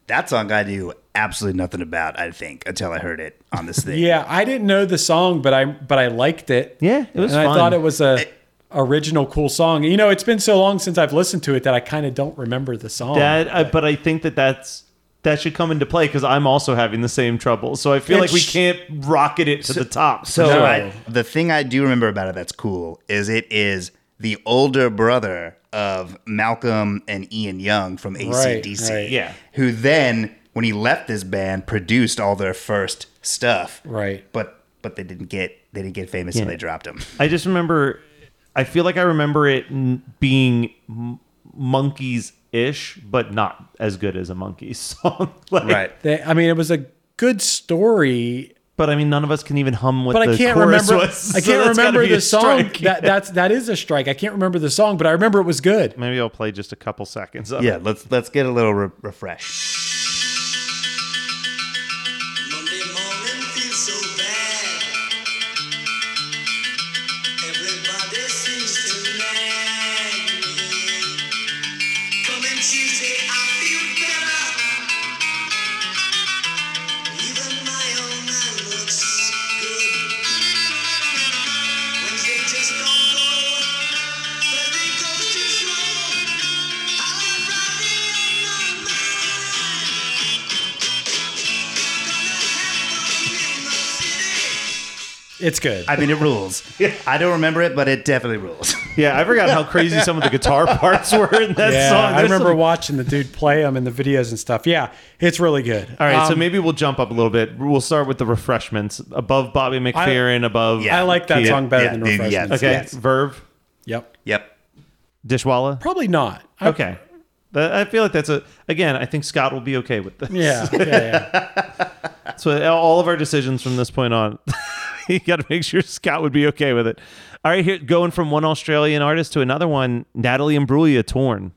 Speaker 5: That song I knew absolutely nothing about. I think until I heard it on this thing.
Speaker 4: yeah, I didn't know the song, but I but I liked it.
Speaker 3: Yeah, it was
Speaker 4: And I
Speaker 3: fun.
Speaker 4: thought it was a original cool song. You know, it's been so long since I've listened to it that I kind of don't remember the song.
Speaker 3: That, I, but I think that that's that should come into play because I'm also having the same trouble. So I feel like we
Speaker 5: It's-
Speaker 3: can't rocket it to the top.
Speaker 5: So
Speaker 4: No.
Speaker 5: I, the thing I do remember about it that's cool is it is the older brother of Malcolm and Ian Young from ACDC.
Speaker 4: right.
Speaker 3: Yeah.
Speaker 5: Who then, when he left this band, produced all their first stuff.
Speaker 4: Right.
Speaker 5: But but they didn't get they didn't get famous, so they dropped him.
Speaker 3: I just remember, I feel like I remember it n- being m- monkeys ish, but not as good as a monkeys song. Like-
Speaker 4: They, I mean, it was a good story,
Speaker 3: But I mean, none of us can even hum what
Speaker 4: but
Speaker 3: the
Speaker 4: I can't
Speaker 3: chorus
Speaker 4: remember.
Speaker 3: was.
Speaker 4: I
Speaker 3: so
Speaker 4: can't
Speaker 3: that's gotta
Speaker 4: remember
Speaker 3: be a
Speaker 4: the song.
Speaker 3: strike.
Speaker 4: That, that's that is a strike. I can't remember the song, but I remember it was good.
Speaker 3: Maybe I'll play just a couple seconds of
Speaker 5: Yeah,
Speaker 3: it.
Speaker 5: let's let's get a little re- refresh.
Speaker 6: Monday morning feels so bad. Everybody seems to nag me. Coming Tuesday, I feel better. Even my own man looks good. Wednesday just don't go. Thursday goes too slow. I have Friday on my mind.
Speaker 4: It's good.
Speaker 5: I mean, it rules. I don't remember it, but it definitely rules.
Speaker 3: Yeah, I forgot how crazy some of the guitar parts were in that
Speaker 4: yeah,
Speaker 3: song.
Speaker 4: I
Speaker 3: There's
Speaker 4: remember
Speaker 3: some-
Speaker 4: watching the dude play them in the videos and stuff. Yeah, it's really good.
Speaker 3: All right, so maybe we'll jump up a little bit. We'll start with the refreshments above Bobby McFerrin, above
Speaker 5: Yeah.
Speaker 4: I like that
Speaker 3: Yeah,
Speaker 4: song better
Speaker 5: yeah,
Speaker 4: than
Speaker 5: dude,
Speaker 4: Refreshments.
Speaker 5: yeah.
Speaker 3: okay
Speaker 5: Yes.
Speaker 3: Verve
Speaker 4: Yep.
Speaker 5: Yep.
Speaker 3: Dishwalla.
Speaker 4: Probably not. I-
Speaker 3: Okay, But I feel like that's a again. I think Scott will be okay with this.
Speaker 4: Yeah, yeah, yeah.
Speaker 3: So all of our decisions from this point on, you got to make sure Scott would be okay with it. All right, here going from one Australian artist to another one, Natalie Imbruglia, torn.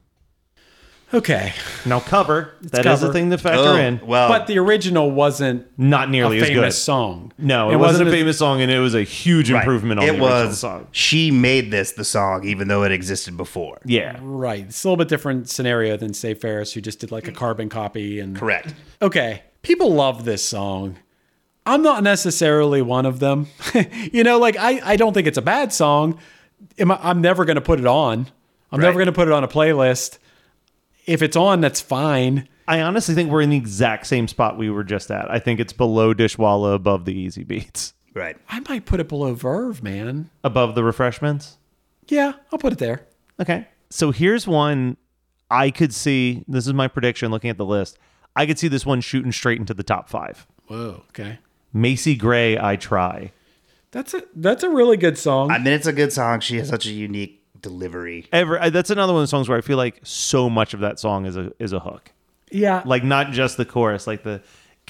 Speaker 4: Okay,
Speaker 3: Now cover that is
Speaker 4: cover.
Speaker 3: a thing to factor
Speaker 5: Oh,
Speaker 3: in.
Speaker 5: well,
Speaker 4: but the original wasn't
Speaker 3: Not
Speaker 4: a
Speaker 3: nearly as good.
Speaker 4: famous song.
Speaker 3: No, it, wasn't, a
Speaker 4: as-
Speaker 3: famous song, and it was a huge
Speaker 5: right.
Speaker 3: improvement on
Speaker 5: it
Speaker 3: the original
Speaker 5: was.
Speaker 3: song.
Speaker 5: She made this the song, even though it existed before.
Speaker 3: Yeah,
Speaker 4: Right, it's a little bit different scenario than say Ferris, who just did like a carbon copy and
Speaker 5: Correct.
Speaker 4: okay, people love this song. I'm not necessarily one of them. you know, like I, I don't think it's a bad song. Am I, I'm never going to put it on. I'm never
Speaker 5: Right.
Speaker 4: going to put it on a playlist. If it's on, that's fine.
Speaker 3: I honestly think we're in the exact same spot we were just at. I think it's below Dishwalla, above the Easy Beats,
Speaker 5: Right.
Speaker 4: I might put it below Verve, man.
Speaker 3: above the Refreshments.
Speaker 4: Yeah, I'll put it there.
Speaker 3: Okay. So here's one I could see. This is my prediction looking at the list. I could see this one shooting straight into the top five.
Speaker 4: Whoa, okay.
Speaker 3: Macy Gray, I Try.
Speaker 4: That's a that's a really good song.
Speaker 5: I mean, it's a good song. She has such a unique delivery.
Speaker 3: Ever, I- that's another one of the songs where I feel like so much of that song is a is a hook.
Speaker 4: yeah.
Speaker 3: Like not just the chorus, like the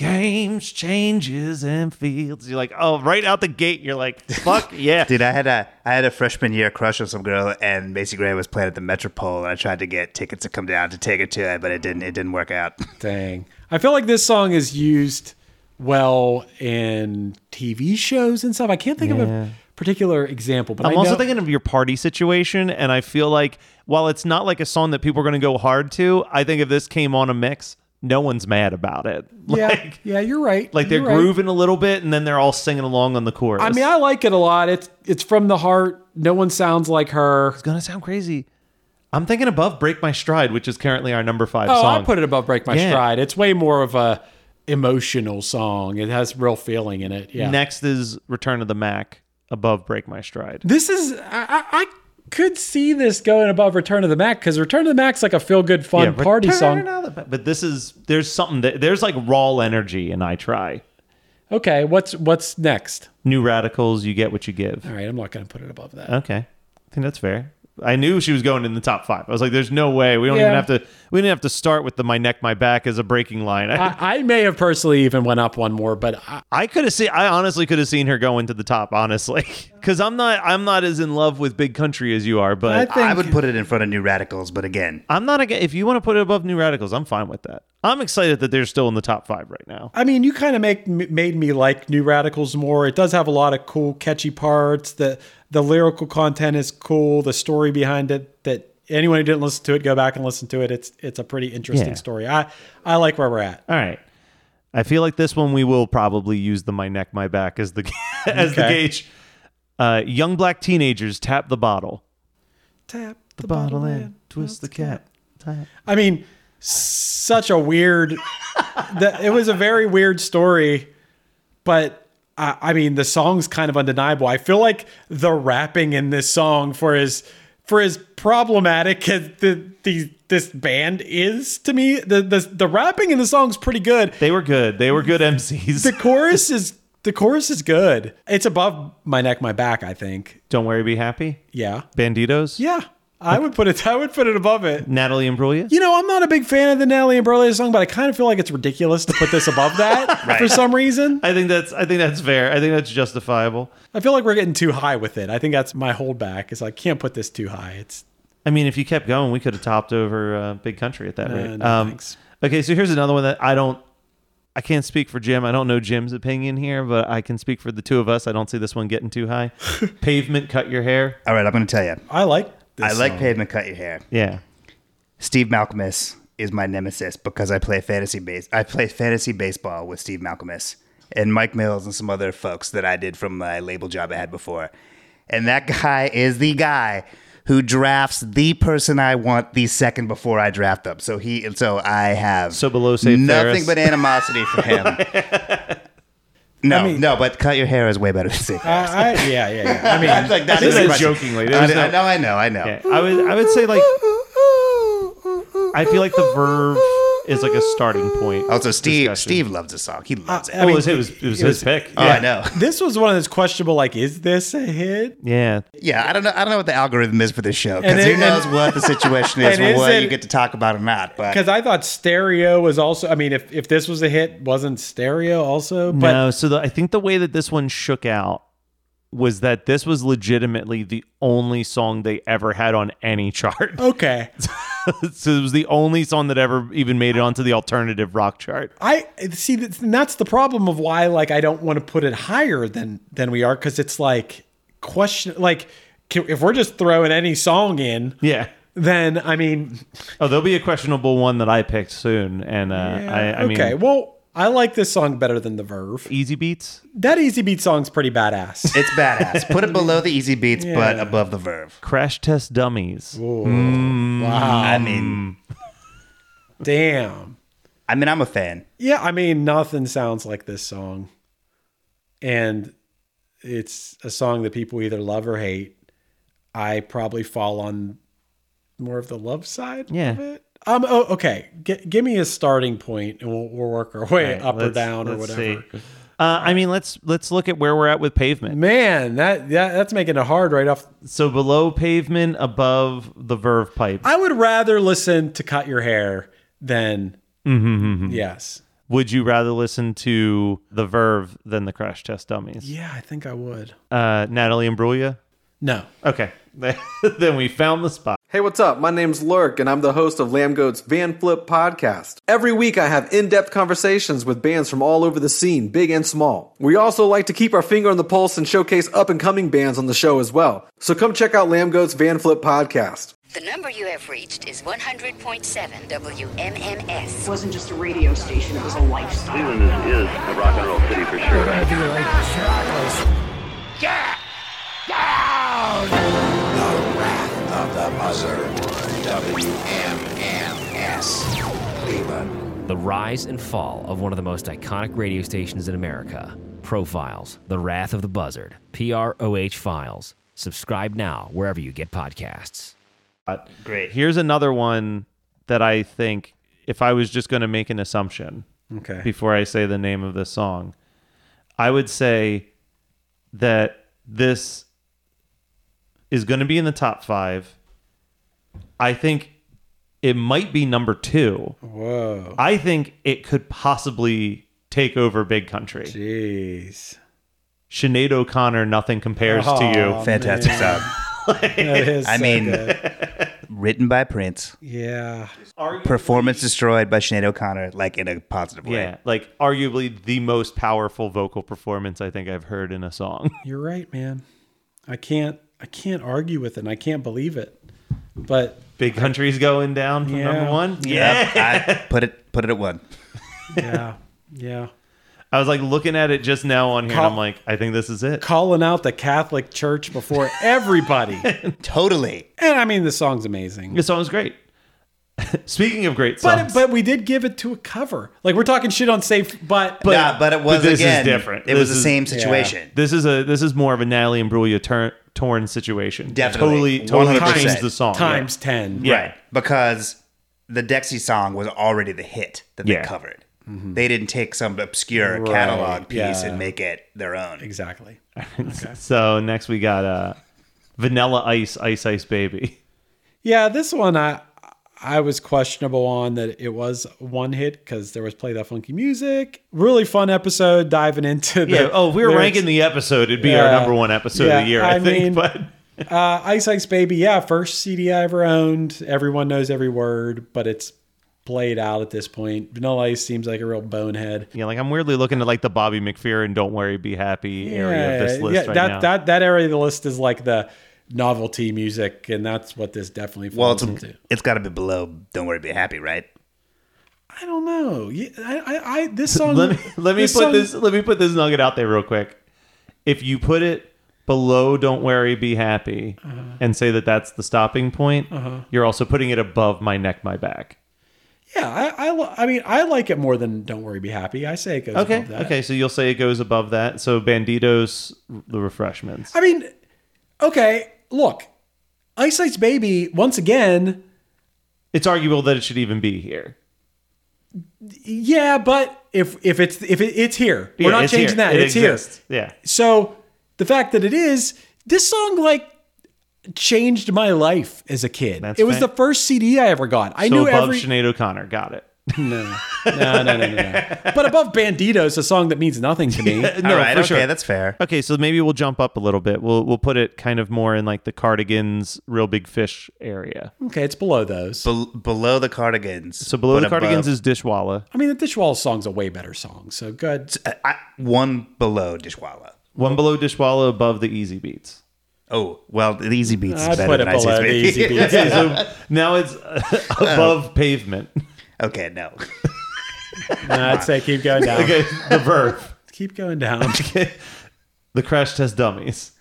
Speaker 3: games, changes, and fields. You're like, oh, right out the gate, you're like, fuck yeah.
Speaker 5: Dude, I had a I had a freshman year crush on some girl, and Macy Gray was playing at the Metropole, and I tried to get tickets to come down to take her to it, but it didn't it didn't work out.
Speaker 4: Dang. I feel like this song is used well in TV shows and stuff. I can't think of a particular example, but
Speaker 3: I'm
Speaker 4: I
Speaker 3: also
Speaker 4: know-
Speaker 3: thinking of your party situation, and I feel like while it's not like a song that people are going to go hard to, I think if this came on a mix, no one's mad about it.
Speaker 4: Yeah,
Speaker 3: Like,
Speaker 4: yeah, you're right.
Speaker 3: like they're
Speaker 4: You're right.
Speaker 3: grooving a little bit, and then they're all singing along on the chorus.
Speaker 4: I mean, I like it a lot. It's it's from the heart. No one sounds like her.
Speaker 3: it's gonna sound crazy. I'm thinking above "Break My Stride," which is currently our number five
Speaker 4: Oh,
Speaker 3: song.
Speaker 4: I put it above "Break My
Speaker 3: Yeah.
Speaker 4: Stride." It's way more of a emotional song. It has real feeling in it. Yeah.
Speaker 3: Next is "Return of the Mac." Above "Break My Stride."
Speaker 4: this is I, I, I could see this going above "Return of the Mac" because "Return of the Mac's like a feel good, fun
Speaker 3: Yeah,
Speaker 4: party
Speaker 3: "Return
Speaker 4: song.
Speaker 3: of the Mac," But this is there's something that there's like raw energy, and I try.
Speaker 4: Okay, what's what's next?
Speaker 3: New radicals, you get what you give.
Speaker 4: All right, I'm not going to put it above that.
Speaker 3: Okay. I think that's fair. I knew she was going in the top five. I was like, there's no way. We don't
Speaker 4: Yeah.
Speaker 3: even have to we didn't have to start with the my neck, my back as a breaking line. I,
Speaker 4: I, I may have personally even went up one more, but I,
Speaker 3: I could have seen I honestly could have seen her go into the top, honestly. Cause I'm not I'm not as in love with big country as you are,
Speaker 4: I
Speaker 3: but
Speaker 4: think
Speaker 5: I would put it in front of New Radicals, but again,
Speaker 3: I'm not again if you want to put it above New Radicals, I'm fine with that. I'm excited that they're still in the top five right now.
Speaker 4: I mean, you kind of make m- made me like New Radicals more. It does have a lot of cool, catchy parts. the The lyrical content is cool. The story behind it that anyone who didn't listen to it, go back and listen to it. It's it's a pretty interesting
Speaker 3: Yeah.
Speaker 4: story. I I like where we're at.
Speaker 3: All right. I feel like this one we will probably use the my neck, my back as the as the
Speaker 4: Okay.
Speaker 3: gauge. Uh, young black teenagers tap the bottle.
Speaker 4: Tap the,
Speaker 3: twist the cap.
Speaker 4: I mean, such a weird. that it was a very weird story, but I, I mean, the song's kind of undeniable. I feel like the rapping in this song for his for as problematic as the, the this band is to me, the the the rapping in the song's pretty good.
Speaker 3: They were good. They were good
Speaker 4: The
Speaker 3: MCs.
Speaker 4: chorus is the chorus is good. It's above my neck, my back. I think.
Speaker 3: Don't worry, be happy.
Speaker 4: Yeah,
Speaker 3: Banditos.
Speaker 4: yeah. I would put it. I would put it above it.
Speaker 3: Natalie Imbruglia.
Speaker 4: You know, I'm not a big fan of the Natalie Imbruglia song, but I kind of feel like it's ridiculous to put this above that for some reason.
Speaker 3: I think that's. I think that's fair. I think that's justifiable.
Speaker 4: I feel like we're getting too high with it. I think that's my holdback. Is I can't put this too high. It's
Speaker 3: I mean, if you kept going, we could have topped over uh, Big Country at that rate. Um,
Speaker 4: no, thanks.
Speaker 3: Okay, so here's another one that I don't. I can't speak for Jim. I don't know Jim's opinion here, but I can speak for the two of us. I don't see this one getting too high. Pavement, cut your hair.
Speaker 5: all right, I'm going to tell you,
Speaker 4: I like this.
Speaker 5: I like
Speaker 4: song.
Speaker 5: Pavement Cut Your Hair.
Speaker 3: Yeah.
Speaker 5: Steve Malcolmus is my nemesis because I play fantasy base. I play fantasy baseball with Steve Malcolmus and Mike Mills and some other folks that I did from my label job I had before. And that guy is the guy who drafts the person I want the second before I draft them. So he so I have
Speaker 3: So below Save Ferris.
Speaker 5: nothing but animosity for him. No,
Speaker 4: I mean- Uh,
Speaker 5: no, but cut your hair is way better than Safe.
Speaker 4: I, I, yeah, yeah, yeah. I mean,
Speaker 5: I'm like, that
Speaker 3: This
Speaker 5: is
Speaker 3: is
Speaker 5: much-
Speaker 3: jokingly.
Speaker 5: I,
Speaker 3: There's
Speaker 5: I
Speaker 3: no-
Speaker 5: know, I know, I know.
Speaker 3: Yeah. I would. I would say like. I feel like the Verve is like a starting point.
Speaker 5: Also, Steve
Speaker 3: discussion.
Speaker 5: Steve loves this song. He loves
Speaker 4: Uh,
Speaker 5: it.
Speaker 3: Oh, it was it was, it was his pick.
Speaker 5: oh,
Speaker 3: yeah.
Speaker 5: I know.
Speaker 4: This was one of those questionable, like, is this a hit?
Speaker 3: Yeah.
Speaker 5: Yeah, I don't know. I don't know what the algorithm is for this show
Speaker 4: And
Speaker 5: because who
Speaker 4: it-
Speaker 5: knows what the situation is
Speaker 4: and
Speaker 5: or
Speaker 4: is
Speaker 5: what
Speaker 4: it-
Speaker 5: you get to talk about or not. But
Speaker 4: Because I thought Stereo was also. I mean, if if this was a hit, wasn't Stereo also? But
Speaker 3: no, so the, I think the way that this one shook out was that this was legitimately the only song they ever had on any chart.
Speaker 4: okay,
Speaker 3: so it was the only song that ever even made it onto the alternative rock chart.
Speaker 4: I see. That's, and that's the problem of why, like, I don't want to put it higher than than we are because it's like question. Like, can- if we're just throwing any song in,
Speaker 3: Yeah.
Speaker 4: then I mean,
Speaker 3: Oh, there'll be a questionable one that I picked soon, and uh, I, I mean,
Speaker 4: okay. Well, I like this song better than the Verve.
Speaker 3: Easy Beats,
Speaker 4: That Easy Beat song's pretty badass.
Speaker 5: it's badass. Put it below the easy beats, but above the verve.
Speaker 3: Crash Test Dummies.
Speaker 5: I mean,
Speaker 4: Damn.
Speaker 5: I mean, I'm a fan.
Speaker 4: Yeah, I mean, nothing sounds like this song. And it's a song that people either love or hate. I probably fall on more of the love side
Speaker 3: Yeah.
Speaker 4: of it. Um, oh, okay. G- give me a starting point and we'll, we'll work our way up or
Speaker 3: Let's-
Speaker 4: down or
Speaker 3: let's
Speaker 4: whatever.
Speaker 3: see. Uh, I mean, let's let's look at where we're at with pavement.
Speaker 4: Man, that, that that's making it hard right off.
Speaker 3: So below pavement, above the Verve pipe.
Speaker 4: I would rather listen to Cut Your Hair than.
Speaker 3: Mm-hmm,
Speaker 4: Yes.
Speaker 3: Would you rather listen to the Verve than the Crash Test Dummies?
Speaker 4: Yeah, I think I would.
Speaker 3: Uh, Natalie Imbruglia.
Speaker 4: No.
Speaker 3: Okay, then we found the spot.
Speaker 7: Hey, what's up? My name's Lurk, and I'm the host of Lambgoat's Van Flip podcast. Every week, I have in depth conversations with bands from all over the scene, big and small. We also like to keep our finger on the pulse and showcase up and coming bands on the show as well. So come check out Lambgoat's Van Flip podcast.
Speaker 8: The number you have reached is 100.7 WMMS.
Speaker 9: wasn't just a radio station, it was a lifestyle.
Speaker 10: Cleveland is, is a rock and roll city for sure.
Speaker 11: The rise and fall of one of the most iconic radio stations in America. Profiles, The Wrath of the Buzzard, PROH Files. Subscribe now wherever you get podcasts.
Speaker 5: Great.
Speaker 3: Here's another one that I think, if I was just going to make an assumption
Speaker 4: Okay.
Speaker 3: before I say the name of the song, I would say that this is going to be in the top five. I think it might be number two.
Speaker 4: Whoa.
Speaker 3: I think it could possibly take over Big Country.
Speaker 4: Jeez.
Speaker 3: Sinead O'Connor, nothing compares to you.
Speaker 5: Fantastic song.
Speaker 4: That is
Speaker 5: I
Speaker 4: so
Speaker 5: mean-
Speaker 4: good.
Speaker 5: Written by Prince.
Speaker 4: yeah.
Speaker 5: Performance destroyed by Sinead O'Connor, like in a positive way.
Speaker 3: Yeah, like arguably the most powerful vocal performance I think I've heard in a song.
Speaker 4: You're right, man. I can't I can't argue with it and I can't believe it. But
Speaker 3: Big Country's going down for
Speaker 4: Yeah.
Speaker 3: number one.
Speaker 5: Yep, I put it put it at one.
Speaker 4: yeah. yeah.
Speaker 3: I was like looking at it just now on here, and
Speaker 4: Col-
Speaker 3: I'm like, I think this is it.
Speaker 4: Calling out the Catholic Church before everybody.
Speaker 5: Totally.
Speaker 4: and I mean the song's amazing.
Speaker 3: This song's great. Speaking of great songs,
Speaker 4: But but we did give it to a cover. Like we're talking shit on safe but
Speaker 5: But, nah, but it was
Speaker 3: this is
Speaker 5: again.
Speaker 3: different.
Speaker 5: It was
Speaker 3: This
Speaker 5: the
Speaker 3: is-
Speaker 5: same situation.
Speaker 3: this is a this is more of a Natalie and Brulia turn, torn situation.
Speaker 5: Definitely.
Speaker 3: totally, totally
Speaker 5: 100%.
Speaker 3: changed the song.
Speaker 4: times ten.
Speaker 3: Yeah.
Speaker 5: Right. Because the Dexy song was already the hit that they
Speaker 3: Yeah.
Speaker 5: covered. They didn't take some obscure
Speaker 4: Right,
Speaker 5: catalog piece
Speaker 4: yeah.
Speaker 5: and make it their own.
Speaker 4: Exactly.
Speaker 3: Yeah. So next we got uh, Vanilla Ice, Ice Ice Baby.
Speaker 4: Yeah, this one I I was questionable on that it was one hit because there was play that funky music. Really fun episode diving into the
Speaker 3: Yeah. Oh, if we were
Speaker 4: lyrics.
Speaker 3: ranking the episode, it'd be our
Speaker 4: Yeah.
Speaker 3: number one episode of
Speaker 4: Yeah,
Speaker 3: the year, I,
Speaker 4: I
Speaker 3: think.
Speaker 4: mean-
Speaker 3: but
Speaker 4: Uh, Ice Ice Baby, yeah, first CD I ever owned. Everyone knows every word, but it's played out at this point. Vanilla Ice seems like a real bonehead.
Speaker 3: yeah, like I'm weirdly looking at like the Bobby McFerrin "Don't Worry, Be Happy" area of this list right
Speaker 4: that
Speaker 3: now.
Speaker 4: that that area of the list is like the novelty music, and that's what this definitely
Speaker 5: Well,
Speaker 4: falls
Speaker 5: it's,
Speaker 4: into.
Speaker 5: it's got to be below Don't Worry, Be Happy, right?
Speaker 4: I don't know. Yeah, I, I, I this song.
Speaker 3: let me let me put
Speaker 4: song-
Speaker 3: this let me put this nugget out there real quick. If you put it below "Don't Worry, Be Happy"
Speaker 4: Uh-huh.
Speaker 3: and say that that's the stopping point, you're also putting it above "My Neck, My Back."
Speaker 4: Yeah, I, I li- I mean I like it more than Don't Worry Be Happy. I say it goes
Speaker 3: Okay,
Speaker 4: above that.
Speaker 3: okay, so you'll say it goes above that. So Bandidos, the refreshments.
Speaker 4: I mean, okay, look, Ice Ice Baby once again.
Speaker 3: It's arguable that it should even be here.
Speaker 4: Yeah, but if if it's if it, it's here, we're
Speaker 3: Yeah,
Speaker 4: not
Speaker 3: it's here.
Speaker 4: changing that.
Speaker 3: It
Speaker 4: it's
Speaker 3: exists.
Speaker 4: here.
Speaker 3: Yeah.
Speaker 4: So the fact that it is this song like changed my life as a kid.
Speaker 3: That's
Speaker 4: it was
Speaker 3: fan-
Speaker 4: the first CD I ever got. I
Speaker 3: so
Speaker 4: knew
Speaker 3: above
Speaker 4: every
Speaker 3: Sinead O'Connor. Got it.
Speaker 4: no. no, no, no, no, no. But above Bandito is a song that means nothing to me.
Speaker 3: No,
Speaker 5: All right,
Speaker 3: for
Speaker 5: okay,
Speaker 3: sure.
Speaker 5: that's fair.
Speaker 3: Okay, so maybe we'll jump up a little bit. We'll we'll put it kind of more in like the cardigans, real big fish area.
Speaker 4: Okay, it's below those.
Speaker 5: Bel below the cardigans.
Speaker 3: So below the cardigans is Dishwalla.
Speaker 4: I mean, the Dishwalla song's a way better song. So good.
Speaker 5: one below Dishwalla.
Speaker 3: One below Dishwalla, above the easy beats.
Speaker 5: Oh well, the Easy Beats
Speaker 4: I
Speaker 5: is better
Speaker 4: put it
Speaker 5: than Ice
Speaker 4: below the E easy
Speaker 5: Beats.
Speaker 4: beats.
Speaker 3: Okay, so now it's uh, above pavement.
Speaker 5: okay, no.
Speaker 4: Nah, I'd say keep going down.
Speaker 3: Okay, the verve,
Speaker 4: Keep going down.
Speaker 3: the crash test dummies.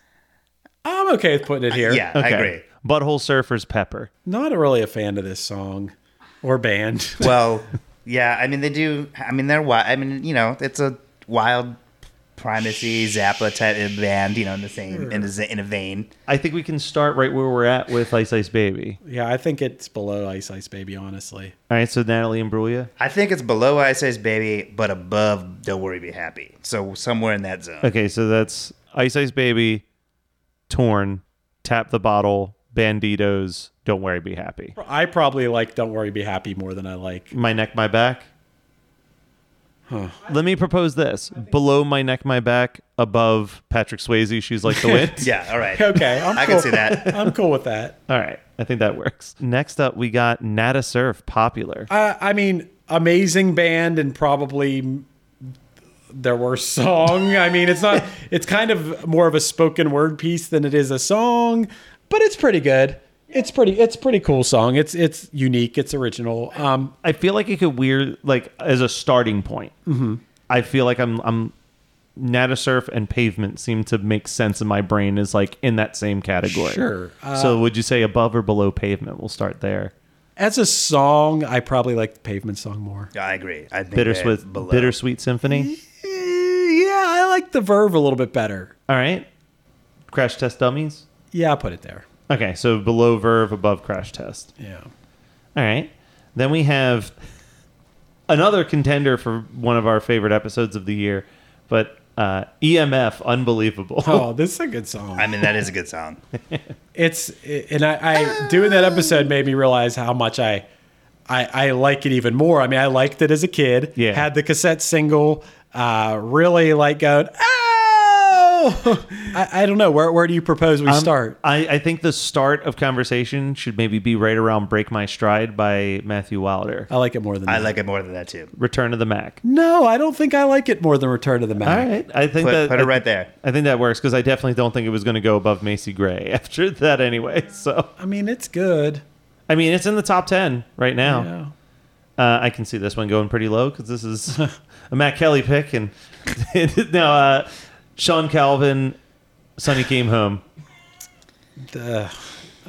Speaker 4: I'm okay with
Speaker 3: Uh,
Speaker 4: putting it here.
Speaker 5: Yeah, I
Speaker 3: Okay.
Speaker 5: agree.
Speaker 3: Butthole surfers pepper.
Speaker 4: Not really a fan of this song or band.
Speaker 5: Well, yeah, I mean they do. I mean they're wild. I mean you know it's a wild primacy Zappa type of band. You know in the same in, the, in a vein.
Speaker 3: I think we can start right where we're at with Ice Ice Baby.
Speaker 4: Yeah, I think it's below Ice Ice Baby, honestly.
Speaker 3: All right, so Natalie and Brulia.
Speaker 5: I think it's below Ice Ice Baby, but above Don't Worry Be Happy. So somewhere in that zone.
Speaker 3: Okay, so that's Ice Ice Baby, Torn, Tap the Bottle, Banditos, Don't Worry Be Happy.
Speaker 4: I probably like Don't Worry Be Happy more than I like.
Speaker 3: My Neck, My Back. Let me propose this. Below My Neck, My Back, above Patrick Swayze, She's Like the Wind.
Speaker 5: Yeah. All right.
Speaker 4: Okay, I'm
Speaker 5: I
Speaker 4: cool.
Speaker 5: can see that.
Speaker 4: I'm cool with that.
Speaker 3: All right, I think that works. Next up, we got Nata Surf, Popular.
Speaker 4: Uh, I mean, amazing band and probably their worst song. I mean, it's not. It's kind of more of a spoken word piece than it is a song, but it's pretty good. It's pretty. It's a pretty cool song. It's it's unique. It's original. Um,
Speaker 3: I feel like it could weird, like, as a starting point.
Speaker 5: Mm-hmm.
Speaker 3: I feel like I'm, I'm, Nata Surf and Pavement seem to make sense in my brain as, like, in that same category.
Speaker 4: Sure.
Speaker 5: Uh,
Speaker 3: so would you say above or below Pavement? We'll start there.
Speaker 4: as a song, I probably like the Pavement song more.
Speaker 5: I agree. I think
Speaker 3: Bittersweet,
Speaker 5: they're below.
Speaker 3: Bittersweet Symphony.
Speaker 4: Eh, Yeah, I like the Verve a little bit better.
Speaker 3: All right. Crash test dummies.
Speaker 4: Yeah, I put it there.
Speaker 3: Okay, so below Verve, above Crash Test.
Speaker 4: Yeah.
Speaker 3: All right. Then we have another contender for one of our favorite episodes of the year, but uh, EMF, unbelievable. Um,
Speaker 4: Oh, this is a good song.
Speaker 5: I mean that is a good song.
Speaker 4: It's and I, I doing that episode made me realize how much I, I I like it even more. I mean, I liked it as a kid.
Speaker 3: Yeah.
Speaker 4: Had the cassette single. Uh, really like going. Oh, I, I don't know. Where where do you propose we
Speaker 3: Um,
Speaker 4: start?
Speaker 3: I, I think the start of conversation should maybe be right around Break My Stride by Matthew Wilder.
Speaker 4: I like it more than
Speaker 5: I
Speaker 4: that.
Speaker 5: like it more than that too.
Speaker 3: Return of the Mac.
Speaker 4: No, I don't think I like it more than Return of the
Speaker 3: All
Speaker 4: Mac.
Speaker 3: right. I think
Speaker 5: Put,
Speaker 3: that
Speaker 5: put it right there.
Speaker 3: I think that works because I definitely don't think it was going to go above Macy Gray after that anyway. So,
Speaker 4: I mean, it's good.
Speaker 3: I mean, it's in the top 10 right
Speaker 5: Oh.
Speaker 3: now.
Speaker 4: Yeah.
Speaker 3: Uh, I can see this one going pretty low because this is a Matt Kelly pick. And now uh, Sean Calvin, Sonny came home.
Speaker 4: The-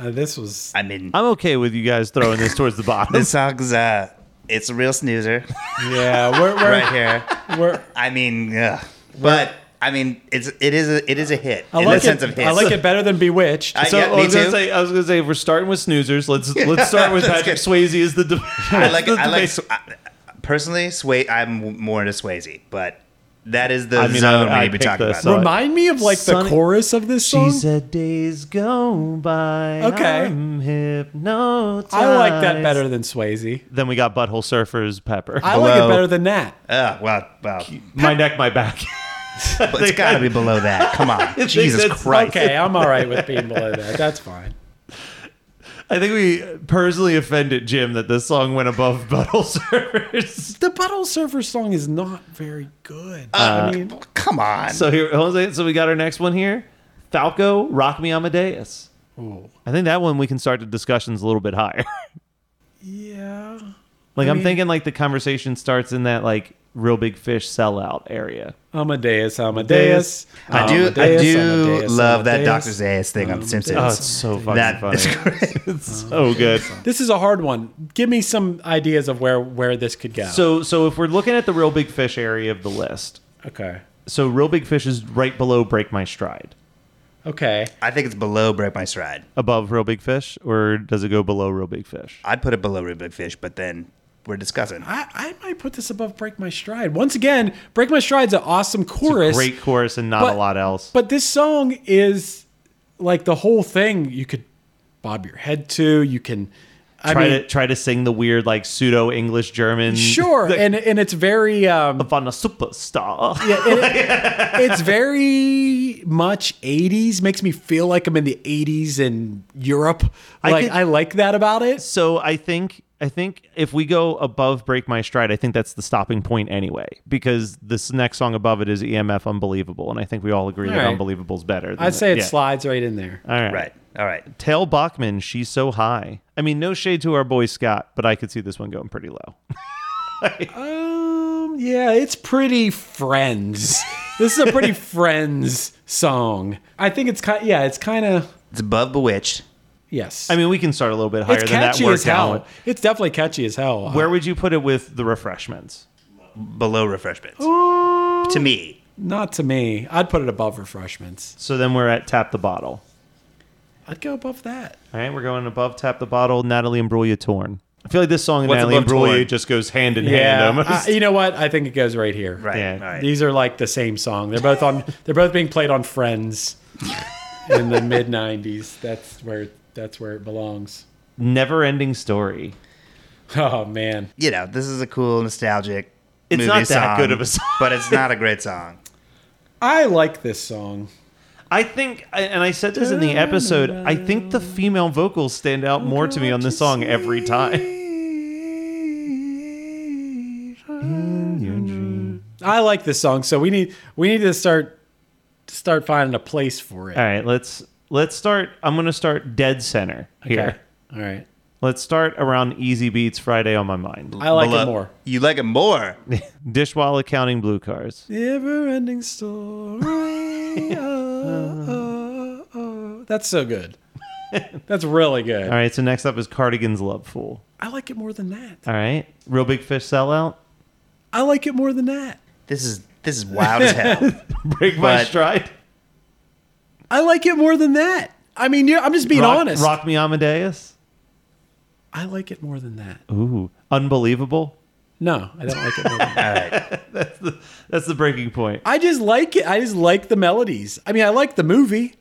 Speaker 4: uh, this was
Speaker 5: I mean
Speaker 3: I'm okay with you guys throwing this towards the bottom.
Speaker 5: this song's uh, it's a real snoozer
Speaker 4: yeah. We're we're,
Speaker 5: right here.
Speaker 4: we're
Speaker 5: I mean, ugh. but I mean, it's it is a it is a hit
Speaker 4: I
Speaker 5: in
Speaker 4: like
Speaker 5: the sense
Speaker 4: it.
Speaker 5: of hit.
Speaker 4: I like it better than Bewitched.
Speaker 5: I-
Speaker 3: so
Speaker 5: yeah,
Speaker 3: I
Speaker 5: me
Speaker 3: was gonna
Speaker 5: too.
Speaker 3: say, I was gonna say, if we're starting with snoozers, let's let's start with
Speaker 5: That's
Speaker 3: Patrick
Speaker 5: good.
Speaker 3: Swayze as the. De-
Speaker 5: I like
Speaker 3: the
Speaker 5: I like
Speaker 3: debate.
Speaker 5: Sw- I- personally Sway. I'm more into Swayze, but that is the
Speaker 3: I mean, I-
Speaker 5: zone
Speaker 3: I
Speaker 5: we need to be
Speaker 3: picked
Speaker 5: talking
Speaker 3: this
Speaker 5: about.
Speaker 3: up.
Speaker 4: Remind me of like the
Speaker 3: Sonny-
Speaker 4: chorus of this song.
Speaker 3: She said, "Days go by.
Speaker 4: Okay.
Speaker 3: I'm hypnotized."
Speaker 4: I like that better than Swayze.
Speaker 3: Then we got Butthole Surfers Pepper.
Speaker 4: I like it
Speaker 5: Hello.
Speaker 4: better than that.
Speaker 5: Ugh, Uh, well, well,
Speaker 3: my neck, my back.
Speaker 5: but it's got to be below that. Come on, Jesus
Speaker 3: that's-
Speaker 5: Christ!
Speaker 4: Okay, I'm all right with being below that. That's fine.
Speaker 3: I think we personally offended Jim that this song went above Butthole Surfers.
Speaker 4: The Butthole Surfer song is not very good. I mean,
Speaker 5: Come on.
Speaker 3: So here, Jose. So we got our next one here, Falco, Rock Me Amadeus. I think that one we can start the discussions a little bit higher.
Speaker 4: yeah.
Speaker 3: like I'm
Speaker 4: mean-
Speaker 3: thinking, like the conversation starts in that like real big fish sellout area.
Speaker 4: Amadeus, Amadeus.
Speaker 5: I do,
Speaker 4: Um, Amadeus,
Speaker 5: I do
Speaker 4: Amadeus,
Speaker 5: love that
Speaker 4: Amadeus.
Speaker 5: Dr. Zayas thing on The Simpsons.
Speaker 3: Oh, it's so fucking
Speaker 5: That
Speaker 3: funny.
Speaker 5: is great.
Speaker 3: It's so good.
Speaker 4: This is a hard one. Give me some ideas of where where this could go.
Speaker 3: So so if we're looking at the real big fish area of the list,
Speaker 4: okay,
Speaker 3: so real big fish is right below Break My Stride.
Speaker 4: okay.
Speaker 5: I think it's below Break My Stride.
Speaker 3: Above real big fish, or does it go below real big fish?
Speaker 5: I'd put it below Real Big Fish, but then we're discussing.
Speaker 4: I, I might put this above Break My Stride. Once again, Break My Stride's an awesome chorus.
Speaker 3: Great chorus and not
Speaker 4: But-
Speaker 3: a lot else.
Speaker 4: But this song is like the whole thing you could bob your head to. You can I
Speaker 3: try
Speaker 4: mean
Speaker 3: to try to sing the weird like pseudo English German.
Speaker 4: sure. and and it's very um
Speaker 3: on a superstar.
Speaker 4: yeah, and it- it's very much 80s makes me feel like I'm in the 80s in Europe.
Speaker 3: I
Speaker 4: Like I,
Speaker 3: could-
Speaker 4: like that about it.
Speaker 3: So I think I think if we go above Break My Stride, I think that's the stopping point anyway, because this next song above it is EMF Unbelievable, and I think we all agree
Speaker 4: All
Speaker 3: that
Speaker 4: right.
Speaker 3: Unbelievable's better. than
Speaker 4: I'd say it
Speaker 3: yeah. Uh,
Speaker 4: slides right in there.
Speaker 3: All right.
Speaker 5: Right. All right.
Speaker 3: Tail Bachman, she's so high. I mean, no shade to our boy Scott, but I could see this one going pretty low.
Speaker 4: Um, yeah, it's pretty Friends. this is a pretty Friends song. I think it's kind. Yeah, it's kind of
Speaker 5: It's above Bewitched.
Speaker 4: yes.
Speaker 3: I mean, we can start a little bit higher
Speaker 4: it's
Speaker 3: than that.
Speaker 4: catchy
Speaker 3: work
Speaker 4: as hell.
Speaker 3: down.
Speaker 4: It's definitely catchy as hell. Uh,
Speaker 3: Where would you put it with the refreshments?
Speaker 5: Below Refreshments. To me.
Speaker 4: Not to me. I'd put it above refreshments.
Speaker 3: So then we're at Tap the Bottle.
Speaker 4: I'd go above that.
Speaker 3: All right, we're going above Tap the Bottle, Natalie Imbruglia Torn. I feel like this song and
Speaker 5: What's
Speaker 3: Natalie
Speaker 5: above
Speaker 3: Imbruglia
Speaker 5: Torn?
Speaker 3: just goes hand in hand
Speaker 4: Yeah,
Speaker 3: almost.
Speaker 4: I- you know what? I think it goes right here.
Speaker 5: Right.
Speaker 3: Yeah.
Speaker 5: All right.
Speaker 4: These are like the same song. They're both on. they're both being played on Friends in the mid '90s. That's where. That's where it belongs.
Speaker 3: Never ending story.
Speaker 4: Oh man.
Speaker 5: you know, this is a cool, nostalgic.
Speaker 3: It's
Speaker 5: movie
Speaker 3: not
Speaker 5: song,
Speaker 3: that good of a song.
Speaker 5: but it's not a great song.
Speaker 4: I like this song.
Speaker 3: I think, and I said this in the episode, I think the female vocals stand out more to me on this song every time.
Speaker 4: I like this song, so we need we need to start start finding a place for it.
Speaker 3: All right, let's let's start. I'm gonna start dead center here.
Speaker 4: Okay. All right.
Speaker 3: Let's start around Easy Beats Friday on my mind.
Speaker 4: I like
Speaker 5: Below-
Speaker 4: it more.
Speaker 5: You like it more?
Speaker 3: Dishwalla counting blue cars.
Speaker 4: Never ending story. oh, oh, oh. That's so good. That's really good.
Speaker 3: All right, so next up is Cardigan's Love Fool.
Speaker 4: I like it more than that.
Speaker 3: All right, Real Big Fish sellout.
Speaker 4: I like it more than that.
Speaker 5: This is this is wild as hell.
Speaker 3: Break my
Speaker 5: But-
Speaker 3: stride.
Speaker 4: I like it more than that. I mean, you're, I'm just being
Speaker 3: rock,
Speaker 4: honest.
Speaker 3: Rock me Amadeus.
Speaker 4: I like it more than that.
Speaker 3: Ooh, unbelievable.
Speaker 4: No, I don't like it more than that.
Speaker 5: All right.
Speaker 3: That's the breaking point.
Speaker 4: I just like it. I just like the melodies. I mean, I like the movie,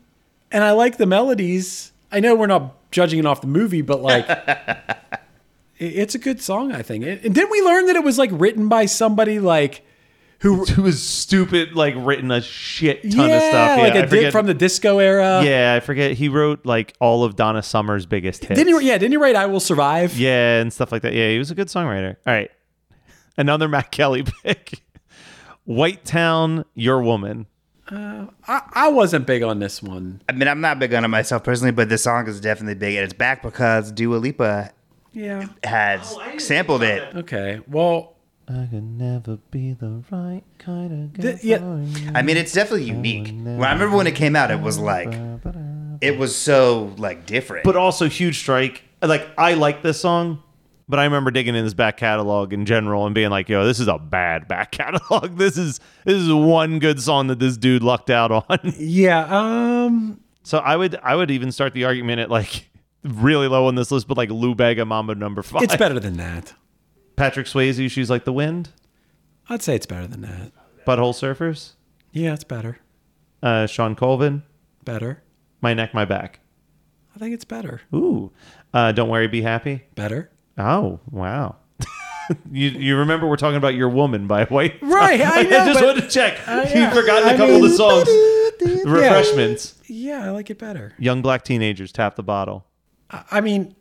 Speaker 4: and I like the melodies. I know we're not judging it off the movie, but like, i- it's a good song. I think. And didn't we learn that it was like written by somebody like who?
Speaker 3: It was stupid, like written a shit ton
Speaker 4: yeah,
Speaker 3: of stuff.
Speaker 4: like
Speaker 3: I
Speaker 4: a dick from the disco era.
Speaker 3: Yeah, I forget. He wrote like all of Donna Summer's biggest hits.
Speaker 4: Didn't you? Yeah. Didn't you write "I Will Survive"?
Speaker 3: Yeah, and stuff like that. Yeah, he was a good songwriter. All right. Another Matt Kelly pick. White Town, Your Woman.
Speaker 4: I, I wasn't big on this one.
Speaker 5: I mean, I'm not big on it myself personally, but this song is definitely big, and it's back because Dua Lipa
Speaker 4: Yeah.
Speaker 5: has
Speaker 3: Oh,
Speaker 5: sampled it.
Speaker 4: Okay. Well.
Speaker 3: I could never be the right kind of guy.
Speaker 4: th- yeah.
Speaker 5: I mean, it's definitely unique. Well, I remember when it came out, it was like, it was so like different.
Speaker 3: but also huge strike. Like I like this song, but I remember digging in this back catalog in general and being like, "Yo, this is a bad back catalog. This is this is one good song that this dude lucked out on."
Speaker 4: Yeah. Um.
Speaker 3: So I would I would even start the argument at like really low on this list, but like Lou Bega Mambo number five.
Speaker 4: It's better than that.
Speaker 3: Patrick Swayze, she's like the wind.
Speaker 4: I'd say it's better than that.
Speaker 3: Butthole Surfers,
Speaker 4: Yeah, it's better.
Speaker 3: uh, Sean Colvin,
Speaker 4: Better.
Speaker 3: my neck, my back.
Speaker 4: I think it's better.
Speaker 3: Ooh, uh, don't worry, be happy.
Speaker 4: Better.
Speaker 3: Oh wow. You, you remember we're talking about your woman by White
Speaker 4: Right, I know,
Speaker 3: just
Speaker 4: but-
Speaker 3: wanted to check.
Speaker 4: yeah.
Speaker 3: You've forgotten
Speaker 4: I
Speaker 3: a couple of
Speaker 4: mean-
Speaker 3: the songs. The refreshments.
Speaker 4: Yeah, I like it better.
Speaker 3: Young black teenagers tap the bottle.
Speaker 4: I, I mean,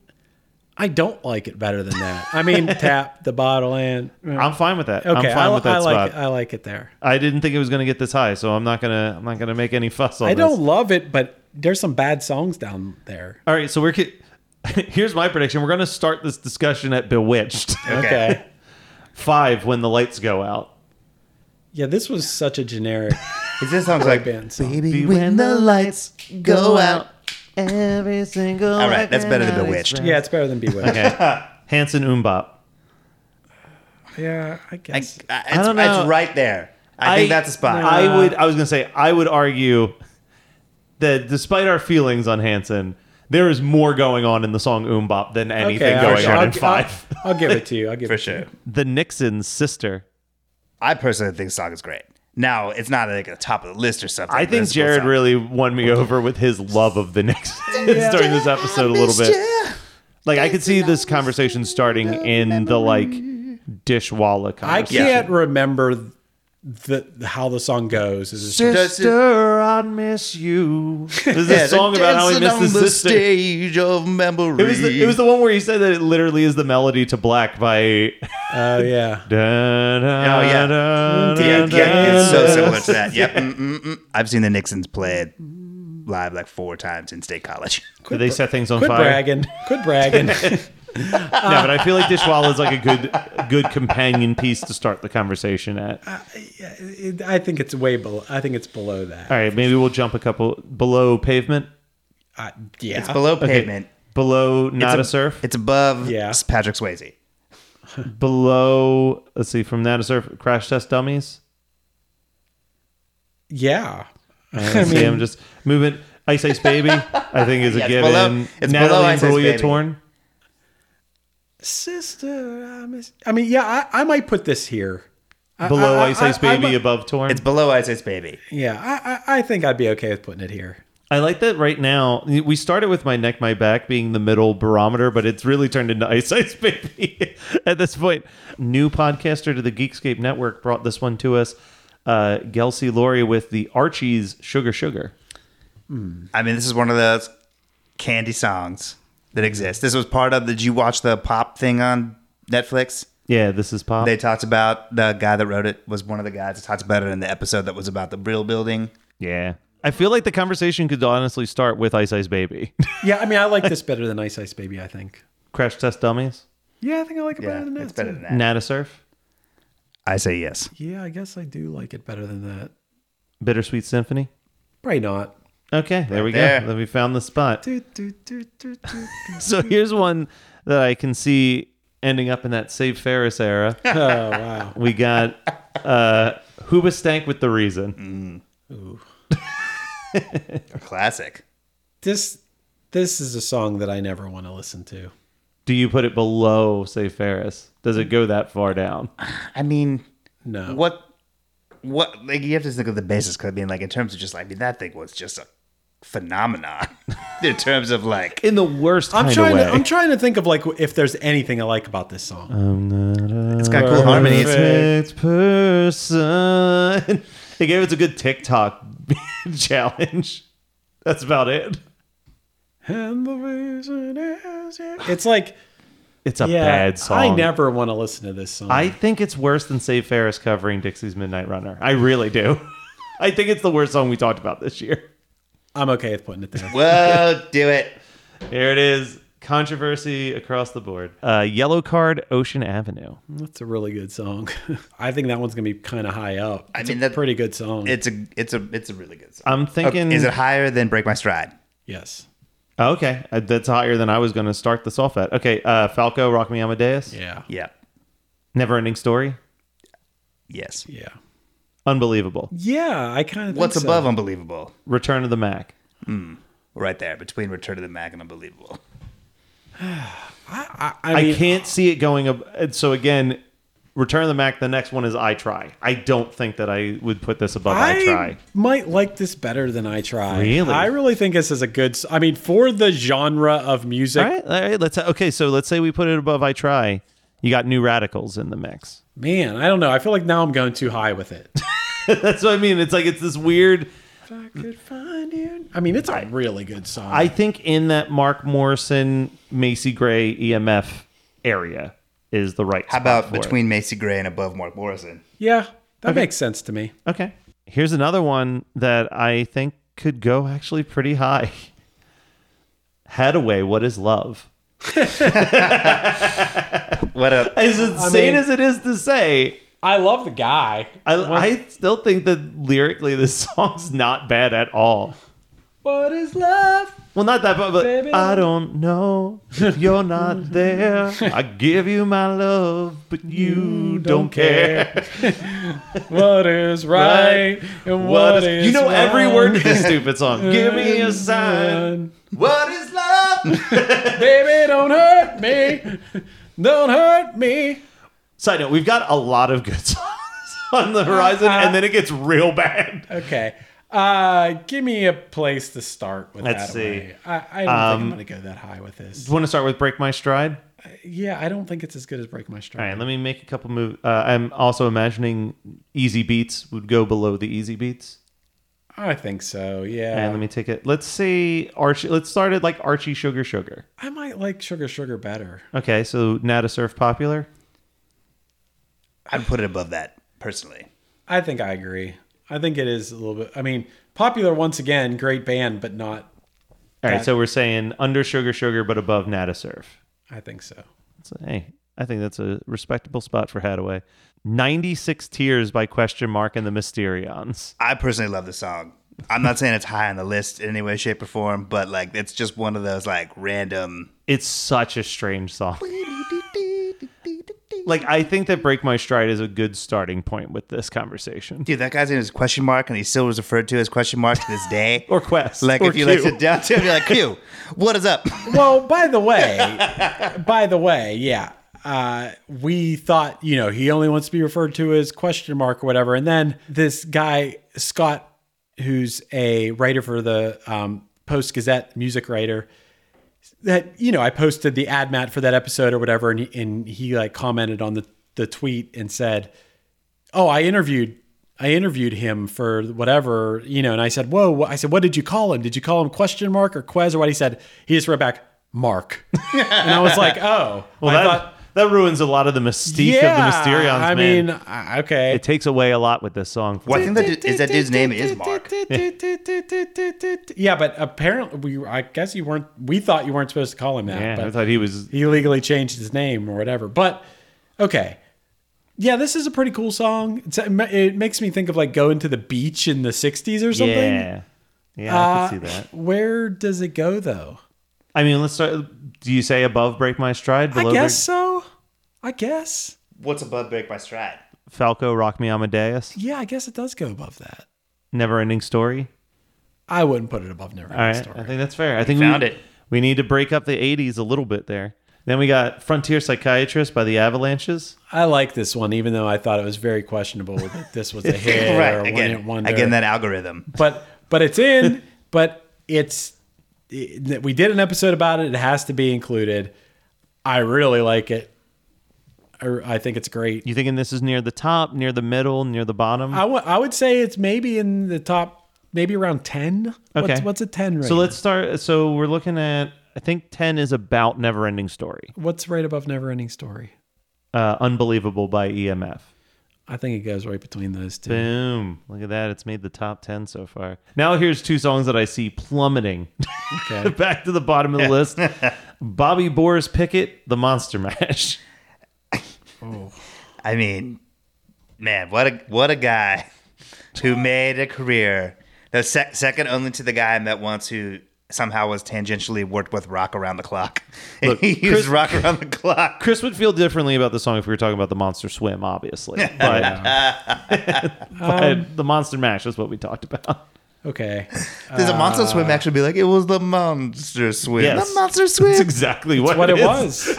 Speaker 4: I don't like it better than that. I mean, tap the bottle and
Speaker 3: I'm fine with that. I'm
Speaker 4: okay,
Speaker 3: fine
Speaker 4: I,
Speaker 3: with that
Speaker 4: I
Speaker 3: spot.
Speaker 4: like I like it there.
Speaker 3: I didn't think it was going to get this high, so I'm not gonna I'm not gonna make any fuss on
Speaker 4: I
Speaker 3: this.
Speaker 4: don't love it, but there's some bad songs down there.
Speaker 3: All right, so we're ki- here's my prediction. We're going to start this discussion at Bewitched
Speaker 4: Okay.
Speaker 3: five when the lights go out.
Speaker 4: yeah, this was such a generic
Speaker 5: Because this song's like,
Speaker 4: band song.
Speaker 5: baby, when the lights go out,
Speaker 3: every single.
Speaker 5: All right, that's better than Bewitched.
Speaker 4: Yeah, it's better than Bewitched.
Speaker 3: Hanson Umbop.
Speaker 4: Yeah, I
Speaker 5: I,
Speaker 4: guess.
Speaker 5: I, it's,
Speaker 3: don't know.
Speaker 5: it's right there. I, think that's a spot.
Speaker 3: I would. I was gonna say. I would argue that despite our feelings on Hanson, There is more going on in the song Oom Bop than anything
Speaker 4: Okay,
Speaker 3: going
Speaker 4: sure.
Speaker 3: on
Speaker 4: I'll
Speaker 3: in
Speaker 4: gi-
Speaker 3: Five.
Speaker 4: I'll, I'll give it to you. I'll give it to you.
Speaker 3: The Nixon's sister.
Speaker 5: I personally think the song is great. Now it's not like at the top of the list or something.
Speaker 3: I
Speaker 5: but
Speaker 3: think
Speaker 5: it's a cool
Speaker 3: Jared
Speaker 5: song.
Speaker 3: really won me over with his love of the Nixons
Speaker 5: Yeah.
Speaker 3: during this episode a little bit. Like I could see this conversation starting in the like dishwalla
Speaker 4: I
Speaker 3: conversation.
Speaker 4: can't remember the how the song goes. Is it-
Speaker 3: Sister, I miss you. There's
Speaker 4: Yeah,
Speaker 3: a song about how he missed
Speaker 5: Dancing
Speaker 3: his
Speaker 5: on the
Speaker 3: sister.
Speaker 5: stage of memory.
Speaker 3: It was, the, it was the one where he said that it literally is the melody to Black by.
Speaker 4: Oh yeah.
Speaker 3: da, da,
Speaker 5: Oh, yeah.
Speaker 3: da, da,
Speaker 5: yeah, yeah, it's so
Speaker 3: da.
Speaker 5: similar to that. Yep. Mm, mm, mm. I've seen the Nixons play it live like four times in state college.
Speaker 3: Did they set things on
Speaker 4: Quit
Speaker 3: fire?
Speaker 4: bragging. Quit bragging.
Speaker 3: No, but I feel like Dishwalla is like a good good companion piece to start the conversation at. All
Speaker 4: It- I think it's way below. I think it's below that.
Speaker 3: right, maybe we'll jump a couple below pavement.
Speaker 4: I, yeah.
Speaker 5: It's below pavement.
Speaker 3: Below not
Speaker 5: a-
Speaker 3: a, surf.
Speaker 5: It's above
Speaker 4: Yeah.
Speaker 5: Patrick Swayze.
Speaker 3: Below let's see, from not a surf crash test dummies.
Speaker 4: Yeah.
Speaker 3: I see I'm just moving Ice Ice Baby, I think is a
Speaker 5: Yeah, it's
Speaker 3: given.
Speaker 5: below- it's below
Speaker 3: Natalie
Speaker 5: Ice Ice
Speaker 3: Imbruglia
Speaker 5: Baby.
Speaker 3: Torn.
Speaker 4: Sister, I miss. I mean, yeah. I, I might put this here. I-
Speaker 3: Below
Speaker 4: I-
Speaker 3: Ice
Speaker 4: I-
Speaker 3: Ice
Speaker 4: I-
Speaker 3: Baby,
Speaker 4: I-
Speaker 3: above Torn.
Speaker 5: It's below Ice Ice Baby.
Speaker 4: Yeah. I, I I think I'd be okay with putting it here.
Speaker 3: I like that right now. We started with my neck, my back being the middle barometer, but it's really turned into ice ice baby at this point. New podcaster to the Geekscape Network brought this one to us. Uh, Gelsey Laurie with the Archie's Sugar Sugar.
Speaker 5: I mean, this is one of those candy songs that exists. This was part of the. Did you watch the pop thing on Netflix?
Speaker 3: Yeah, this is pop.
Speaker 5: They talked about the guy that wrote it was one of the guys that talked about it in the episode that was about the Brill Building.
Speaker 3: yeah. I feel like the conversation could honestly start with Ice Ice Baby.
Speaker 4: Yeah. I mean, I like this better than Ice Ice Baby. I think.
Speaker 3: Crash Test Dummies.
Speaker 4: Yeah, I think I like it
Speaker 5: Yeah,
Speaker 4: better than that.
Speaker 5: it's better
Speaker 4: too.
Speaker 5: than that.
Speaker 3: Nata Surf.
Speaker 5: I say yes.
Speaker 4: Yeah, I guess I do like it better than that.
Speaker 3: Bittersweet Symphony.
Speaker 4: Probably not.
Speaker 3: Okay, there we go.
Speaker 5: there.
Speaker 3: Then we found the spot.
Speaker 4: Do, do, do, do, do.
Speaker 3: So here's one that I can see ending up in that Save Ferris era.
Speaker 4: Oh wow.
Speaker 3: We got uh Huba Stank with the
Speaker 4: Mm.
Speaker 3: reason.
Speaker 5: A classic.
Speaker 4: This this is a song that I never want to listen to.
Speaker 3: Do you put it below Say Ferris? Does it go that far down?
Speaker 5: I mean,
Speaker 4: No.
Speaker 5: what what like you have to think of the basis because I mean like in terms of just like I mean that thing was just a phenomenon in terms of like
Speaker 3: In the worst
Speaker 4: I'm
Speaker 3: kind
Speaker 4: trying.
Speaker 3: of way. Uh-huh.
Speaker 4: To, I'm trying to think of like if there's anything I like about this song.
Speaker 5: it's got cool harmonies.
Speaker 3: Perfect person. They gave us a good TikTok challenge. That's about it.
Speaker 4: And the reason is you- it's like
Speaker 3: It's a
Speaker 4: yeah,
Speaker 3: bad song.
Speaker 4: I never want to listen to this song.
Speaker 3: I think it's worse than Save Ferris covering Dixie's Midnight Runner. I really do. I think it's the worst song we talked about this year.
Speaker 4: I'm okay with putting it there.
Speaker 5: Whoa, do it.
Speaker 3: Here it is. Controversy across the board. Uh, yellow card, Ocean Avenue.
Speaker 4: That's a really good song. I think that one's gonna be kind of high up.
Speaker 5: I
Speaker 4: It's
Speaker 5: mean,
Speaker 4: a
Speaker 5: that-
Speaker 4: pretty good song.
Speaker 5: It's a it's a it's a really good song.
Speaker 3: I'm
Speaker 5: Okay,
Speaker 3: thinking.
Speaker 5: is it higher than Break My Stride?
Speaker 4: yes.
Speaker 3: Okay, uh, that's higher than I was going to start this off at. Okay, uh, Falco, Rock Me Amadeus,
Speaker 4: Yeah.
Speaker 5: Yeah.
Speaker 3: Never Ending Story,
Speaker 5: Yes.
Speaker 4: Yeah.
Speaker 3: Unbelievable,
Speaker 4: Yeah. I kind of.
Speaker 5: What's
Speaker 4: so.
Speaker 5: above Unbelievable?
Speaker 3: Return of the Mac.
Speaker 5: Right there between Return of the Mac and Unbelievable.
Speaker 4: I, I
Speaker 3: I,
Speaker 4: mean,
Speaker 3: can't see it going up. and So again, Return of the Mac. The next one is I Try. I don't think that I would put this above I,
Speaker 4: I
Speaker 3: Try.
Speaker 4: might like this better than I try.
Speaker 3: Really?
Speaker 4: I really think this is a good. s- I mean, for the genre of music,
Speaker 3: All right, all right. Let's okay. So let's say we put it above I Try. You got New Radicals in the mix.
Speaker 4: man, I don't know. I feel like now I'm going too high with it.
Speaker 3: That's what I mean. It's like it's this weird.
Speaker 4: if I could find you. I mean, it's a really good song.
Speaker 3: I think in that Mark Morrison, Macy Gray, EMF area is the right.
Speaker 5: How
Speaker 3: spot
Speaker 5: about
Speaker 3: for it.
Speaker 5: between Macy Gray and above Mark Morrison?
Speaker 4: yeah, that makes sense to me.
Speaker 3: Okay. Here's another one that I think could go actually pretty high. Hadaway, what is love?
Speaker 5: What a
Speaker 3: As insane
Speaker 4: mean-
Speaker 3: as it is to say,
Speaker 4: I love the guy.
Speaker 3: I, I still think that lyrically this song's not bad at all.
Speaker 4: What is love?
Speaker 3: Well, not that, but, but
Speaker 4: Baby.
Speaker 3: I don't know if you're not there. I give you my love, but you don't care.
Speaker 4: What is right and
Speaker 3: What
Speaker 4: what
Speaker 3: is-
Speaker 4: is
Speaker 3: you know every
Speaker 4: wrong?
Speaker 3: word to this stupid song. give me a sign.
Speaker 4: And
Speaker 5: what is love?
Speaker 4: Baby, don't hurt me. Don't hurt me.
Speaker 3: Side note: We've got a lot of good songs on the horizon, and then it gets real bad.
Speaker 4: Okay. Uh, give me a place to start with
Speaker 3: Let's
Speaker 4: that.
Speaker 3: see.
Speaker 4: away. I, I don't think I'm
Speaker 3: Um,
Speaker 4: going to go that high with this.
Speaker 3: Want to start with "Break My Stride"?
Speaker 4: Yeah, I don't think it's as good as Break My
Speaker 3: All
Speaker 4: Stride.
Speaker 3: right, let me make a couple moves. Uh, I'm also imagining easy beats would go below the easy beats.
Speaker 4: I think so. Yeah.
Speaker 3: And let me take it. Let's see, Archie. Let's start at like Archie Sugar Sugar.
Speaker 4: I might like Sugar Sugar better.
Speaker 3: Okay, so Nata Surf popular.
Speaker 5: I'd put it above that personally.
Speaker 4: I think I agree. I think it is a little bit. I mean, popular once again, great band, but not.
Speaker 3: All right,
Speaker 4: That-
Speaker 3: so we're saying under Sugar Sugar, but above Nata Surf.
Speaker 4: I think so.
Speaker 3: So, hey, I think that's a respectable spot for Hadaway. 96 Tears by Question Mark and the Mysterions.
Speaker 5: I personally love the song. I'm not saying it's high on the list in any way, shape, or form, but like it's just one of those like random.
Speaker 3: It's such a strange song. Like, I think that Break My Stride is a good starting point with this conversation.
Speaker 5: Dude, that guy's name is Question Mark, and he still was referred to as Question Mark to this day.
Speaker 3: Or Quest.
Speaker 5: like
Speaker 3: or
Speaker 5: if you like
Speaker 3: Q.
Speaker 5: sit down to him, you're like Q. What is up?
Speaker 4: Well, by the way, by the way, yeah. Uh, we thought, you know, he only wants to be referred to as question mark or whatever. And then this guy, Scott, who's a writer for the um, Post Gazette music writer, that, you know, I posted the ad mat for that episode or whatever. And he, and he like commented on the, the tweet and said, oh, I interviewed, I interviewed him for whatever, you know, and I said, whoa, I said, what did you call him? Did you call him question mark or Quez or what? He said, he just wrote back, Mark. and I was like, oh,
Speaker 3: Well,
Speaker 4: I
Speaker 3: that,
Speaker 4: thought,
Speaker 3: that ruins a lot of the mystique of the Mysterions,
Speaker 4: I
Speaker 3: man.
Speaker 4: mean, uh, okay.
Speaker 3: it takes away a lot with this song. for
Speaker 5: Well, I
Speaker 3: me.
Speaker 5: think that dude, is that dude's name is Mark.
Speaker 4: yeah, but apparently we I guess you weren't we thought you weren't supposed to call him that,
Speaker 3: Yeah, I
Speaker 4: but
Speaker 3: thought he was.
Speaker 4: he legally changed his name or whatever. But okay. Yeah, this is a pretty cool song. It's, it ma- it makes me think of like going to the beach in the 60s or something. Uh,
Speaker 3: Yeah. Yeah, I can see that.
Speaker 4: Where does it go though?
Speaker 3: I mean, let's start. Do you say above Break My Stride? Below
Speaker 4: I
Speaker 3: Break-
Speaker 4: guess so. I guess.
Speaker 5: What's above Break My Stride?
Speaker 3: Falco, Rock Me Amadeus,
Speaker 4: Yeah, I guess it does go above that.
Speaker 3: Never Ending Story.
Speaker 4: I wouldn't put it above Never
Speaker 3: All right,
Speaker 4: Story.
Speaker 3: I think that's fair. I think
Speaker 5: found
Speaker 3: we,
Speaker 5: it.
Speaker 3: We need to break up the '80s a little bit there. Then we got Frontier Psychiatrist by the Avalanches.
Speaker 4: I like this one, even though I thought it was very questionable that this was a hit or
Speaker 5: Right
Speaker 4: one
Speaker 5: again,
Speaker 4: hit wonder.
Speaker 5: again that algorithm.
Speaker 4: but but it's in. but it's it, we did an episode about it. It has to be included. I really like it. I, I think it's great.
Speaker 3: You thinking this is near the top, near the middle, near the bottom?
Speaker 4: I wa- I would say it's maybe in the top, maybe around ten. What's,
Speaker 3: Okay.
Speaker 4: what's a ten rating?
Speaker 3: so let's start. So we're looking at. I think ten is about Never Ending Story.
Speaker 4: What's right above Never Ending Story?
Speaker 3: Uh, Unbelievable by E EMF.
Speaker 4: I think it goes right between those two.
Speaker 3: Boom! Look at that. It's made the top ten so far. Now here's two songs that I see plummeting
Speaker 4: Okay. Um,
Speaker 3: back to the bottom of the list. Bobby Boris Pickett, The Monster Mash.
Speaker 5: I mean, man, what a what a guy who made a career. The sec- second only to the guy I met once who somehow was tangentially worked with Rock Around the Clock. And
Speaker 3: Look,
Speaker 5: he used
Speaker 3: Chris-
Speaker 5: Rock Around the Clock.
Speaker 3: Chris would feel differently about the song if we were talking about the Monster Swim, obviously. But,
Speaker 4: Um,
Speaker 3: but the Monster Mash is what we talked about.
Speaker 4: Okay.
Speaker 5: Does a monster swim actually be like, it was the monster swim?
Speaker 3: Uh, Yes.
Speaker 5: The monster
Speaker 3: That's
Speaker 5: swim.
Speaker 3: exactly what,
Speaker 4: what it
Speaker 3: is.
Speaker 4: was.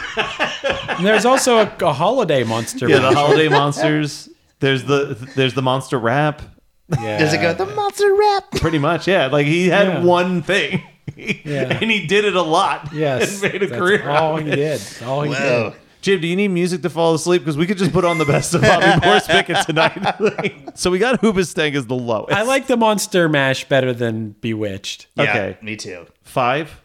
Speaker 4: and there's also a, a holiday monster.
Speaker 3: Yeah, the
Speaker 4: mash.
Speaker 3: Holiday Monsters. There's the there's the Monster Rap.
Speaker 4: Yeah.
Speaker 5: Does it go,
Speaker 3: Uh,
Speaker 5: the monster rap?
Speaker 3: Pretty much, yeah. Like he had
Speaker 4: Yeah.
Speaker 3: one thing,
Speaker 4: Yeah.
Speaker 3: and he did it a lot.
Speaker 4: Yes,
Speaker 3: and made a
Speaker 4: that's
Speaker 3: career.
Speaker 4: All
Speaker 3: out
Speaker 4: he
Speaker 3: of it.
Speaker 4: did. That's All he
Speaker 5: Whoa.
Speaker 3: Jim, do you need music to fall asleep? Because we could just put on the best of Bobby Boris Pickett tonight. so we got Hoobastank as the lowest.
Speaker 4: did. I like the Monster Mash better than Bewitched.
Speaker 3: Okay.
Speaker 5: Yeah, me too.
Speaker 3: five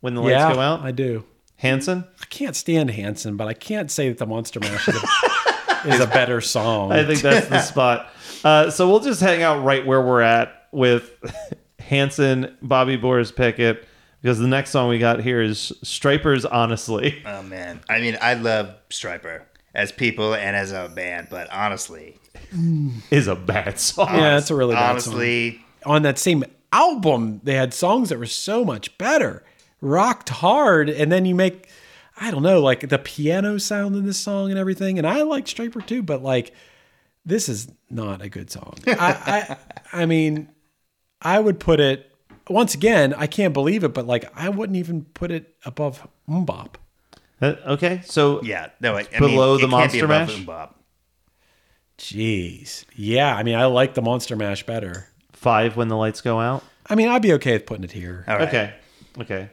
Speaker 3: when the lights
Speaker 4: yeah,
Speaker 3: go out.
Speaker 4: I do.
Speaker 3: Hanson.
Speaker 4: I can't stand Hanson, but I can't say that the Monster Mash is a, is a better song.
Speaker 3: I think that's the spot. Uh, so we'll just hang out right where we're at with Hanson, Bobby Boris Pickett, because the next song we got here is Stripers Honestly.
Speaker 5: Oh, man. I mean, I love Striper as people and as a band, but honestly,
Speaker 3: Is a bad song.
Speaker 5: Uh.
Speaker 4: yeah, that's a really bad
Speaker 5: honestly,
Speaker 4: song. On that same album, they had songs that were so much better. Rocked hard, and then you make I don't know, like the piano sound in this song and everything. And I like Striper too, but like this is not a good song. I, I I mean, I would put it once again, I can't believe it, but like I wouldn't even put it above Mbop.
Speaker 3: Uh, okay, so
Speaker 5: yeah, no, I, I
Speaker 3: below
Speaker 5: mean,
Speaker 3: the
Speaker 5: it can't be
Speaker 3: Monster
Speaker 5: above
Speaker 3: Mash?
Speaker 5: Umbop.
Speaker 4: Jeez. Yeah, I mean, I like the Monster Mash better.
Speaker 3: five when the lights go out.
Speaker 4: I mean, I'd be okay with putting it here.
Speaker 5: All right,
Speaker 3: Okay, okay.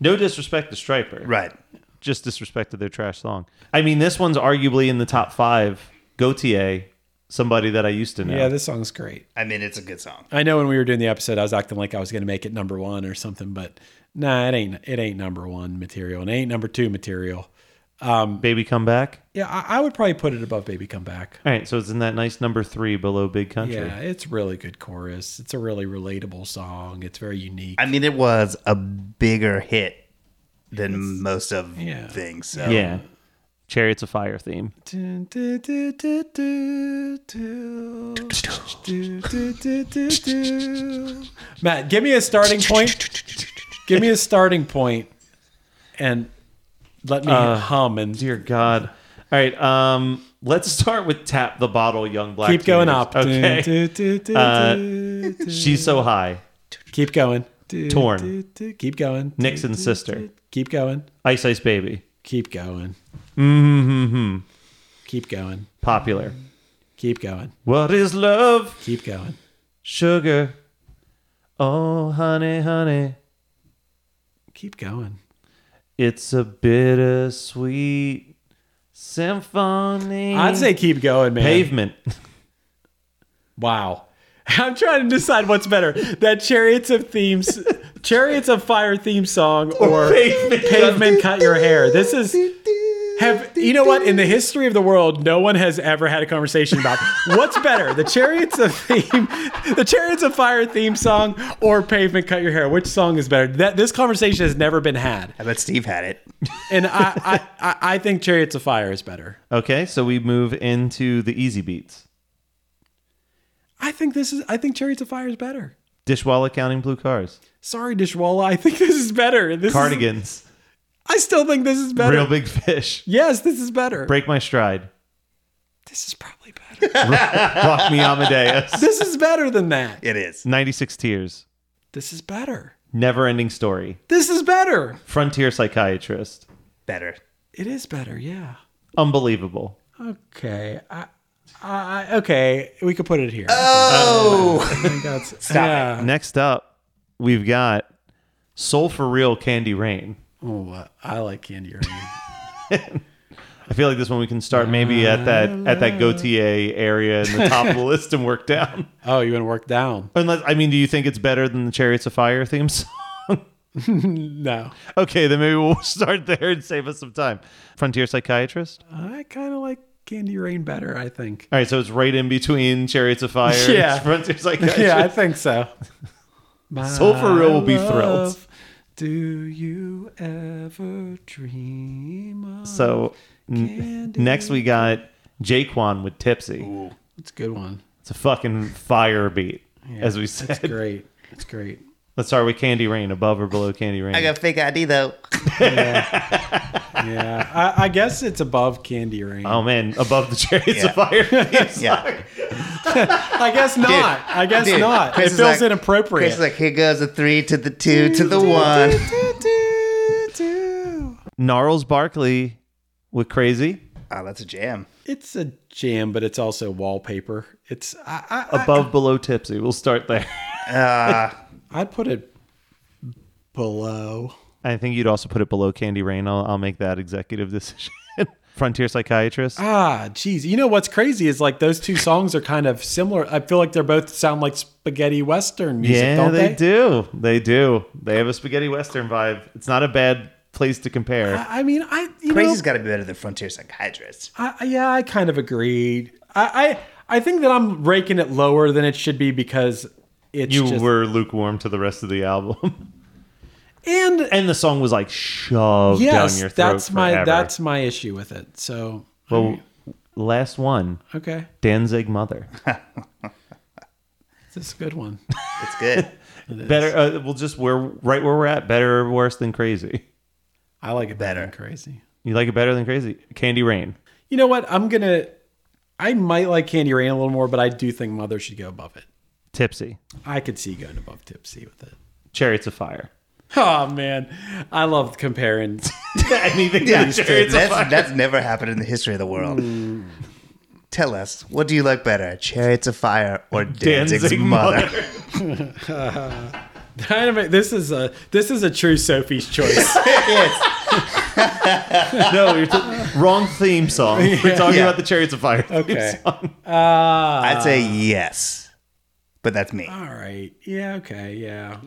Speaker 3: No disrespect to Striper,
Speaker 5: right.
Speaker 3: Just disrespect to their trash song. I mean, this one's arguably in the top five. Gautier, somebody that I used to know.
Speaker 4: Yeah, this song's great.
Speaker 5: I mean, it's a good song.
Speaker 4: I know when we were doing the episode, I was acting like I was going to make it number one or something, but nah, it ain't. It ain't number one material, and it ain't number two material.
Speaker 3: Baby Come Back.
Speaker 4: Yeah, I, I would probably put it above "Baby Come Back."
Speaker 3: All right, so it's in that nice number three below Big Country.
Speaker 4: Yeah, it's really good chorus. It's a really relatable song. It's very unique.
Speaker 5: I mean, it was a bigger hit than most of
Speaker 4: Yeah.
Speaker 5: things. So.
Speaker 3: Yeah. Chariots of Fire theme.
Speaker 4: Dun, dun, dun, dun, dun, dun. Dun, dun, dun, dun, dun. Matt, give me a starting point. Give me a starting point, and let me
Speaker 3: Uh,
Speaker 4: hum and
Speaker 3: Dear God. All right, um, let's start with Tap the Bottle, Young Black.
Speaker 4: keep going up.
Speaker 3: Teenagers. Okay.
Speaker 4: Dun, dun, dun, dun,
Speaker 3: Uh,
Speaker 4: dun, dun.
Speaker 3: She's So High,
Speaker 4: keep going. Dun,
Speaker 3: Torn.
Speaker 4: dun, dun. Keep going.
Speaker 3: Nixon's Sister,
Speaker 4: Keep going.
Speaker 3: Ice Ice Baby,
Speaker 4: Keep going. Keep going.
Speaker 3: Popular.
Speaker 4: Keep going.
Speaker 3: What is love?
Speaker 4: Keep going.
Speaker 3: Sugar. Oh, honey, honey.
Speaker 4: Keep going.
Speaker 3: It's a bittersweet symphony.
Speaker 4: I'd say keep going, man.
Speaker 3: Pavement.
Speaker 4: Wow. I'm trying to decide what's better: that chariots of themes, chariots of fire theme song, or
Speaker 3: Pavement.
Speaker 4: pavement cut your hair. This is have you know what? In the history of the world, no one has ever had a conversation about what's better: the chariots of theme, the chariots of fire theme song, or pavement cut your hair. Which song is better? That this conversation has never been had,
Speaker 5: I bet Steve had it.
Speaker 4: and I I, I, I think chariots of fire is better.
Speaker 3: Okay, so we move into the easy beats.
Speaker 4: I think this is. I think chariots of fire is better.
Speaker 3: Dishwalla counting blue cars.
Speaker 4: Sorry, Dishwalla. I think this is better. This is-
Speaker 3: Cardigans.
Speaker 4: I still think this is better.
Speaker 3: Real big fish.
Speaker 4: Yes, this is better.
Speaker 3: Break my stride.
Speaker 4: This is probably better.
Speaker 3: Rock me Amadeus.
Speaker 4: this is better than that.
Speaker 5: It is.
Speaker 3: 96 tears.
Speaker 4: This is better.
Speaker 3: Never ending story.
Speaker 4: This is better.
Speaker 3: Frontier psychiatrist.
Speaker 5: Better.
Speaker 4: It is better. Yeah.
Speaker 3: Unbelievable.
Speaker 4: Okay. I, I, I- okay. We could put it here.
Speaker 5: Oh!
Speaker 4: I think that's-
Speaker 5: Stop it.
Speaker 4: yeah.
Speaker 3: Next up, we've got Soul for Real Candy Rain.
Speaker 4: Oh, uh, I like Candy Rain.
Speaker 3: I feel like this one we can start maybe at that at that Gautier area in the top of the list and work down.
Speaker 4: oh, you want to work down?
Speaker 3: Unless I mean, do you think it's better than the Chariots of Fire themes?
Speaker 4: No.
Speaker 3: okay, then maybe we'll start there and save us some time. Frontier psychiatrist.
Speaker 4: I kind of like Candy Rain better, I think.
Speaker 3: All right, so it's right in between Chariots of Fire. and
Speaker 4: Yeah.
Speaker 3: Frontier psychiatrist.
Speaker 4: Yeah, I think so.
Speaker 3: Soul for Real will be thrilled.
Speaker 4: Love, Do you ever dream of
Speaker 3: So n-
Speaker 4: Candy
Speaker 3: next we got Jaquan with Tipsy.
Speaker 4: It's a good one.
Speaker 3: It's a fucking fire beat, as we said.
Speaker 4: It's great. It's great.
Speaker 3: Let's start with Candy Rain, above or below Candy Rain.
Speaker 5: I got fake ID though.
Speaker 4: Yeah, I, I guess it's above Candy Rain.
Speaker 3: Oh man, above the Chariots
Speaker 5: Yeah.
Speaker 3: of Fire. themes.
Speaker 5: Yeah.
Speaker 4: I guess not. I guess
Speaker 5: Dude,
Speaker 4: not.
Speaker 5: Chris
Speaker 4: it
Speaker 5: is
Speaker 4: feels
Speaker 5: like- Chris
Speaker 4: inappropriate.
Speaker 5: is like, here goes the three to the two to the one.
Speaker 3: Gnarls Barkley with Crazy,
Speaker 5: Oh, that's a jam.
Speaker 4: It's a jam, but it's also wallpaper. It's I, I,
Speaker 3: above below Tipsy. We'll start there.
Speaker 4: I I'd put it below.
Speaker 3: I think you'd also put it below Candy Rain. I'll, I'll make that executive decision. Frontier Psychiatrist.
Speaker 4: Ah, geez. You know what's crazy is like those two songs are kind of similar. I feel like they're both sound like spaghetti western music,
Speaker 3: yeah,
Speaker 4: don't
Speaker 3: they,
Speaker 4: they?
Speaker 3: do. They do. They have a spaghetti western vibe. It's not a bad place to compare.
Speaker 4: I I mean, I you know,
Speaker 5: Crazy's got to be better than Frontier Psychiatrist.
Speaker 4: I, I- yeah, I kind of agreed. I, I I think that I'm ranking it lower than it should be because it's
Speaker 3: you
Speaker 4: just,
Speaker 3: were lukewarm to the rest of the album,
Speaker 4: and
Speaker 3: and the song was like shoved down
Speaker 4: yes,
Speaker 3: your throat.
Speaker 4: that's my
Speaker 3: forever.
Speaker 4: that's my issue with it. So
Speaker 3: well. Last one,
Speaker 4: okay,
Speaker 3: Danzig Mother.
Speaker 4: this is a good one.
Speaker 5: It's good.
Speaker 3: Better. Uh, we'll just we're right where we're at. Better or worse than Crazy.
Speaker 4: I like it better.
Speaker 5: Better.
Speaker 4: Than crazy.
Speaker 3: You like it better than Crazy? Candy Rain.
Speaker 4: You know what? I'm gonna. I might like Candy Rain a little more, but I do think Mother should go above it.
Speaker 3: tipsy.
Speaker 4: I could see going above tipsy with it.
Speaker 3: Chariots of Fire.
Speaker 4: Oh man, I love comparing
Speaker 3: anything.
Speaker 4: Yeah,
Speaker 5: that's,
Speaker 4: sure, it's a fire.
Speaker 5: that's never happened in the history of the world. Tell us, what do you like better, Chariots of Fire or Danzig's,
Speaker 4: Danzig
Speaker 5: mother?
Speaker 4: Dynamite. This is a this is a true Sophie's choice.
Speaker 3: no, you're t- wrong theme song. We're talking
Speaker 5: Yeah.
Speaker 3: about the Chariots of Fire. theme
Speaker 4: Okay.
Speaker 3: song.
Speaker 5: I'd say
Speaker 4: Ah.
Speaker 5: yes, but that's me.
Speaker 4: All right. Yeah. Okay. Yeah.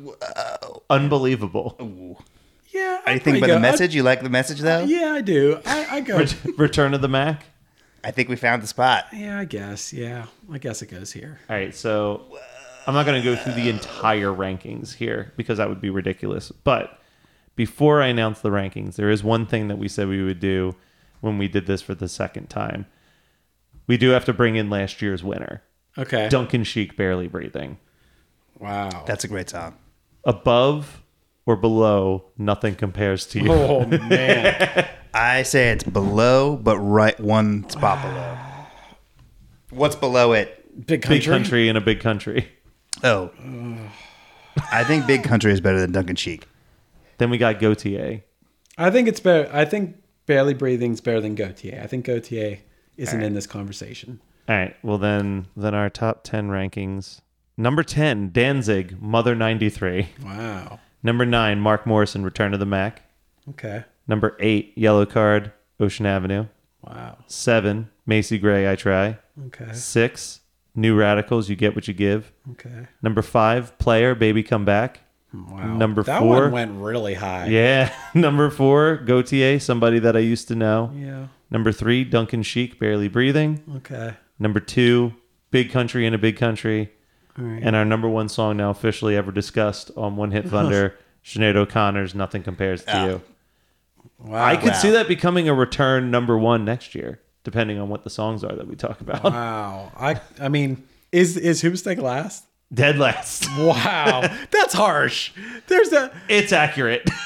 Speaker 3: Unbelievable.
Speaker 4: Yeah.
Speaker 5: Are you thinking about the message? You like the message though?
Speaker 4: yeah, I do. I, I go.
Speaker 3: Ret- Return of the Mac.
Speaker 5: I think we found the spot.
Speaker 4: yeah, I guess. Yeah, I guess it goes here.
Speaker 3: All right, so I'm not going to go through the entire rankings here because that would be ridiculous. But before I announce the rankings, there is one thing that we said we would do when we did this for the second time. We do have to bring in last year's winner,
Speaker 4: Okay.
Speaker 3: Duncan Sheik, barely breathing.
Speaker 4: Wow.
Speaker 5: That's a great song.
Speaker 3: Above or below, nothing compares to you.
Speaker 4: Oh man.
Speaker 5: I say it's below, but right one spot below. What's below it?
Speaker 4: Big country.
Speaker 3: Big country in a big country.
Speaker 5: Oh, I think Big Country is better than Duncan Cheek.
Speaker 3: Then we got Gautier.
Speaker 4: I think it's better. I think barely breathing's better than Gautier. I think Gautier isn't in this conversation.
Speaker 3: All right. Well, then, then our top ten rankings. Number ten, Danzig, Mother ninety three.
Speaker 4: Wow.
Speaker 3: Number nine, Mark Morrison, Return of the Mac.
Speaker 4: Okay.
Speaker 3: Number eight, Yellow Card, Ocean Avenue.
Speaker 4: Wow.
Speaker 3: Seven, Macy Gray, I Try.
Speaker 4: Okay.
Speaker 3: Six, New Radicals, You Get What You Give.
Speaker 4: Okay.
Speaker 3: Number five, Player, Baby Come Back.
Speaker 4: Wow.
Speaker 3: Number
Speaker 4: that
Speaker 3: four.
Speaker 4: one went really high.
Speaker 3: Yeah. Number four, Gautier, Somebody That I Used to Know.
Speaker 4: Yeah.
Speaker 3: Number three, Duncan Sheik, Barely Breathing.
Speaker 4: Okay.
Speaker 3: Number two, Big Country in a Big Country.
Speaker 4: All right.
Speaker 3: And our number one song now officially ever discussed on One Hit Thunder, Sinead O'Connor's Nothing Compares to You.
Speaker 4: wow.
Speaker 3: I could see that becoming a return number one next year, depending on what the songs are that we talk about.
Speaker 4: Wow. I I mean, is is Hoopstick last?
Speaker 3: Dead last.
Speaker 4: Wow. That's harsh. There's that.
Speaker 3: It's accurate.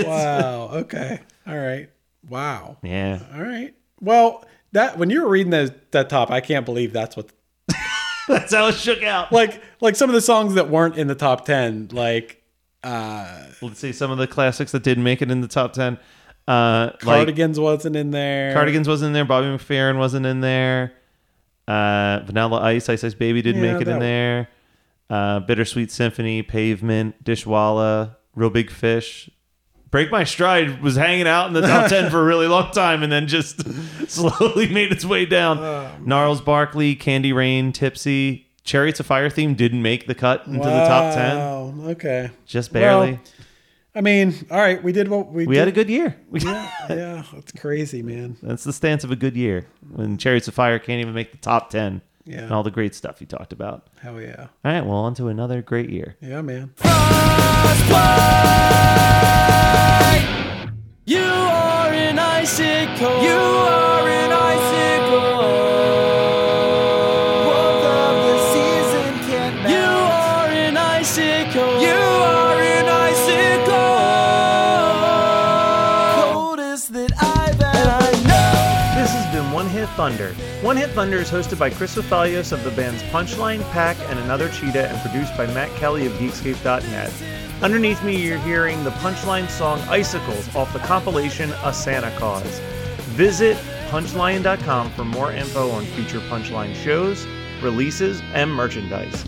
Speaker 4: Wow. Okay. All right. Wow.
Speaker 3: Yeah.
Speaker 4: All right. Well, that when you were reading those that top, I can't believe that's what
Speaker 3: That's how it shook out.
Speaker 4: like like some of the songs that weren't in the top ten, like
Speaker 3: Let's see some of the classics that didn't make it in the top 10. Uh, Like,
Speaker 4: Cardigans wasn't in there.
Speaker 3: Cardigans wasn't in there. Bobby McFerrin wasn't in there. Uh, Vanilla Ice, Ice Ice Baby didn't
Speaker 4: Yeah,
Speaker 3: make it in
Speaker 4: that-
Speaker 3: there. Uh, Bittersweet Symphony, Pavement, Dishwalla, Real Big Fish. Break My Stride was hanging out in the top 10 for a really long time and then just slowly made its way
Speaker 4: Oh,
Speaker 3: down. Gnarls Barkley, Candy Rain, Tipsy. Chariots of Fire theme didn't make the cut into the top 10.
Speaker 4: Wow. Oh, Okay.
Speaker 3: Just barely.
Speaker 4: Well, I mean, all right, we did what we,
Speaker 3: we
Speaker 4: did.
Speaker 3: had a good year. We-
Speaker 4: yeah, it's crazy, man.
Speaker 3: That's the stance of a good year when Chariots of Fire can't even make the top 10
Speaker 4: Yeah.
Speaker 3: and all the great stuff you talked about.
Speaker 4: Hell yeah.
Speaker 3: All right, well, on to another great year.
Speaker 4: Yeah, man.
Speaker 2: You are an icicle. You are an icicle. Wolf of the season can't match. You are an icicle. You are an icicle. Coldest that I've ever known.
Speaker 12: This has been One Hit Thunder. One Hit Thunder is hosted by Chris Othalios of the bands Punchline, Pack, and Another Cheetah and produced by Matt Kelly of Geekscape.net. Underneath me, you're hearing the Punchline song Icicles off the compilation A Santa Cause. Visit punchline.com for more info on future Punchline shows, releases, and merchandise.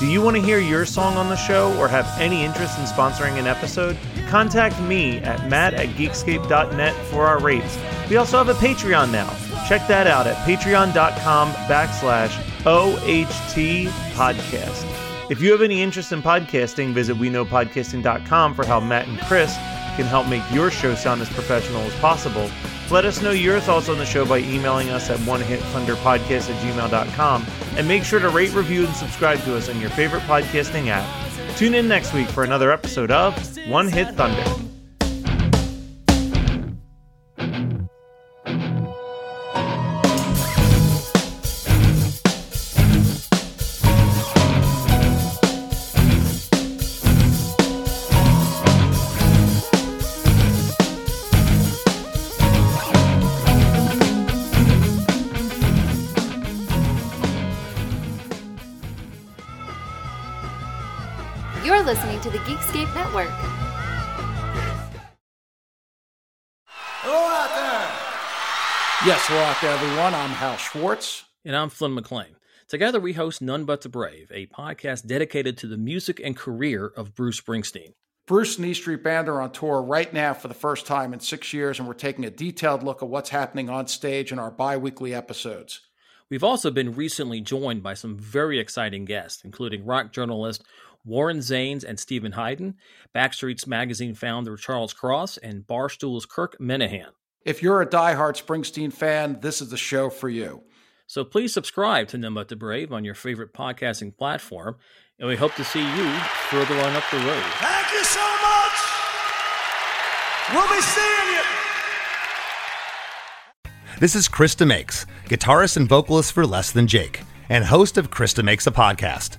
Speaker 12: Do you want to hear your song on the show or have any interest in sponsoring an episode? Contact me at matt at geekscape.net for our rates. We also have a Patreon now. Check that out at patreon.com backslash OHT podcast. If you have any interest in podcasting, visit weknowpodcasting.com for how Matt and Chris can help make your show sound as professional as possible. Let us know your thoughts on the show by emailing us at onehitthunderpodcast at gmail.com and make sure to rate, review, and subscribe to us on your favorite podcasting app. Tune in next week for another episode of One Hit Thunder.
Speaker 8: listening to the Geekscape Network.
Speaker 13: Hello out there.
Speaker 7: Yes, we're out there, everyone. I'm Hal Schwartz.
Speaker 3: And I'm Flynn McLean. Together, we host None But the Brave, a podcast dedicated to the music and career of Bruce Springsteen.
Speaker 7: Bruce and E Street Band are on tour right now for the first time in six years, and we're taking a detailed look at what's happening on stage in our bi weekly episodes.
Speaker 3: We've also been recently joined by some very exciting guests, including rock journalist Warren Zanes and Stephen Hayden, Backstreets Magazine founder Charles Cross, and Barstool's Kirk Menahan.
Speaker 7: If you're a diehard Springsteen fan, this is the show for you.
Speaker 3: So please subscribe to None But the Brave on your favorite podcasting platform, and we hope to see you further on up the road.
Speaker 13: Thank you so much. We'll be seeing you.
Speaker 14: This is Krista Makes, guitarist and vocalist for Less Than Jake, and host of Krista Makes a Podcast,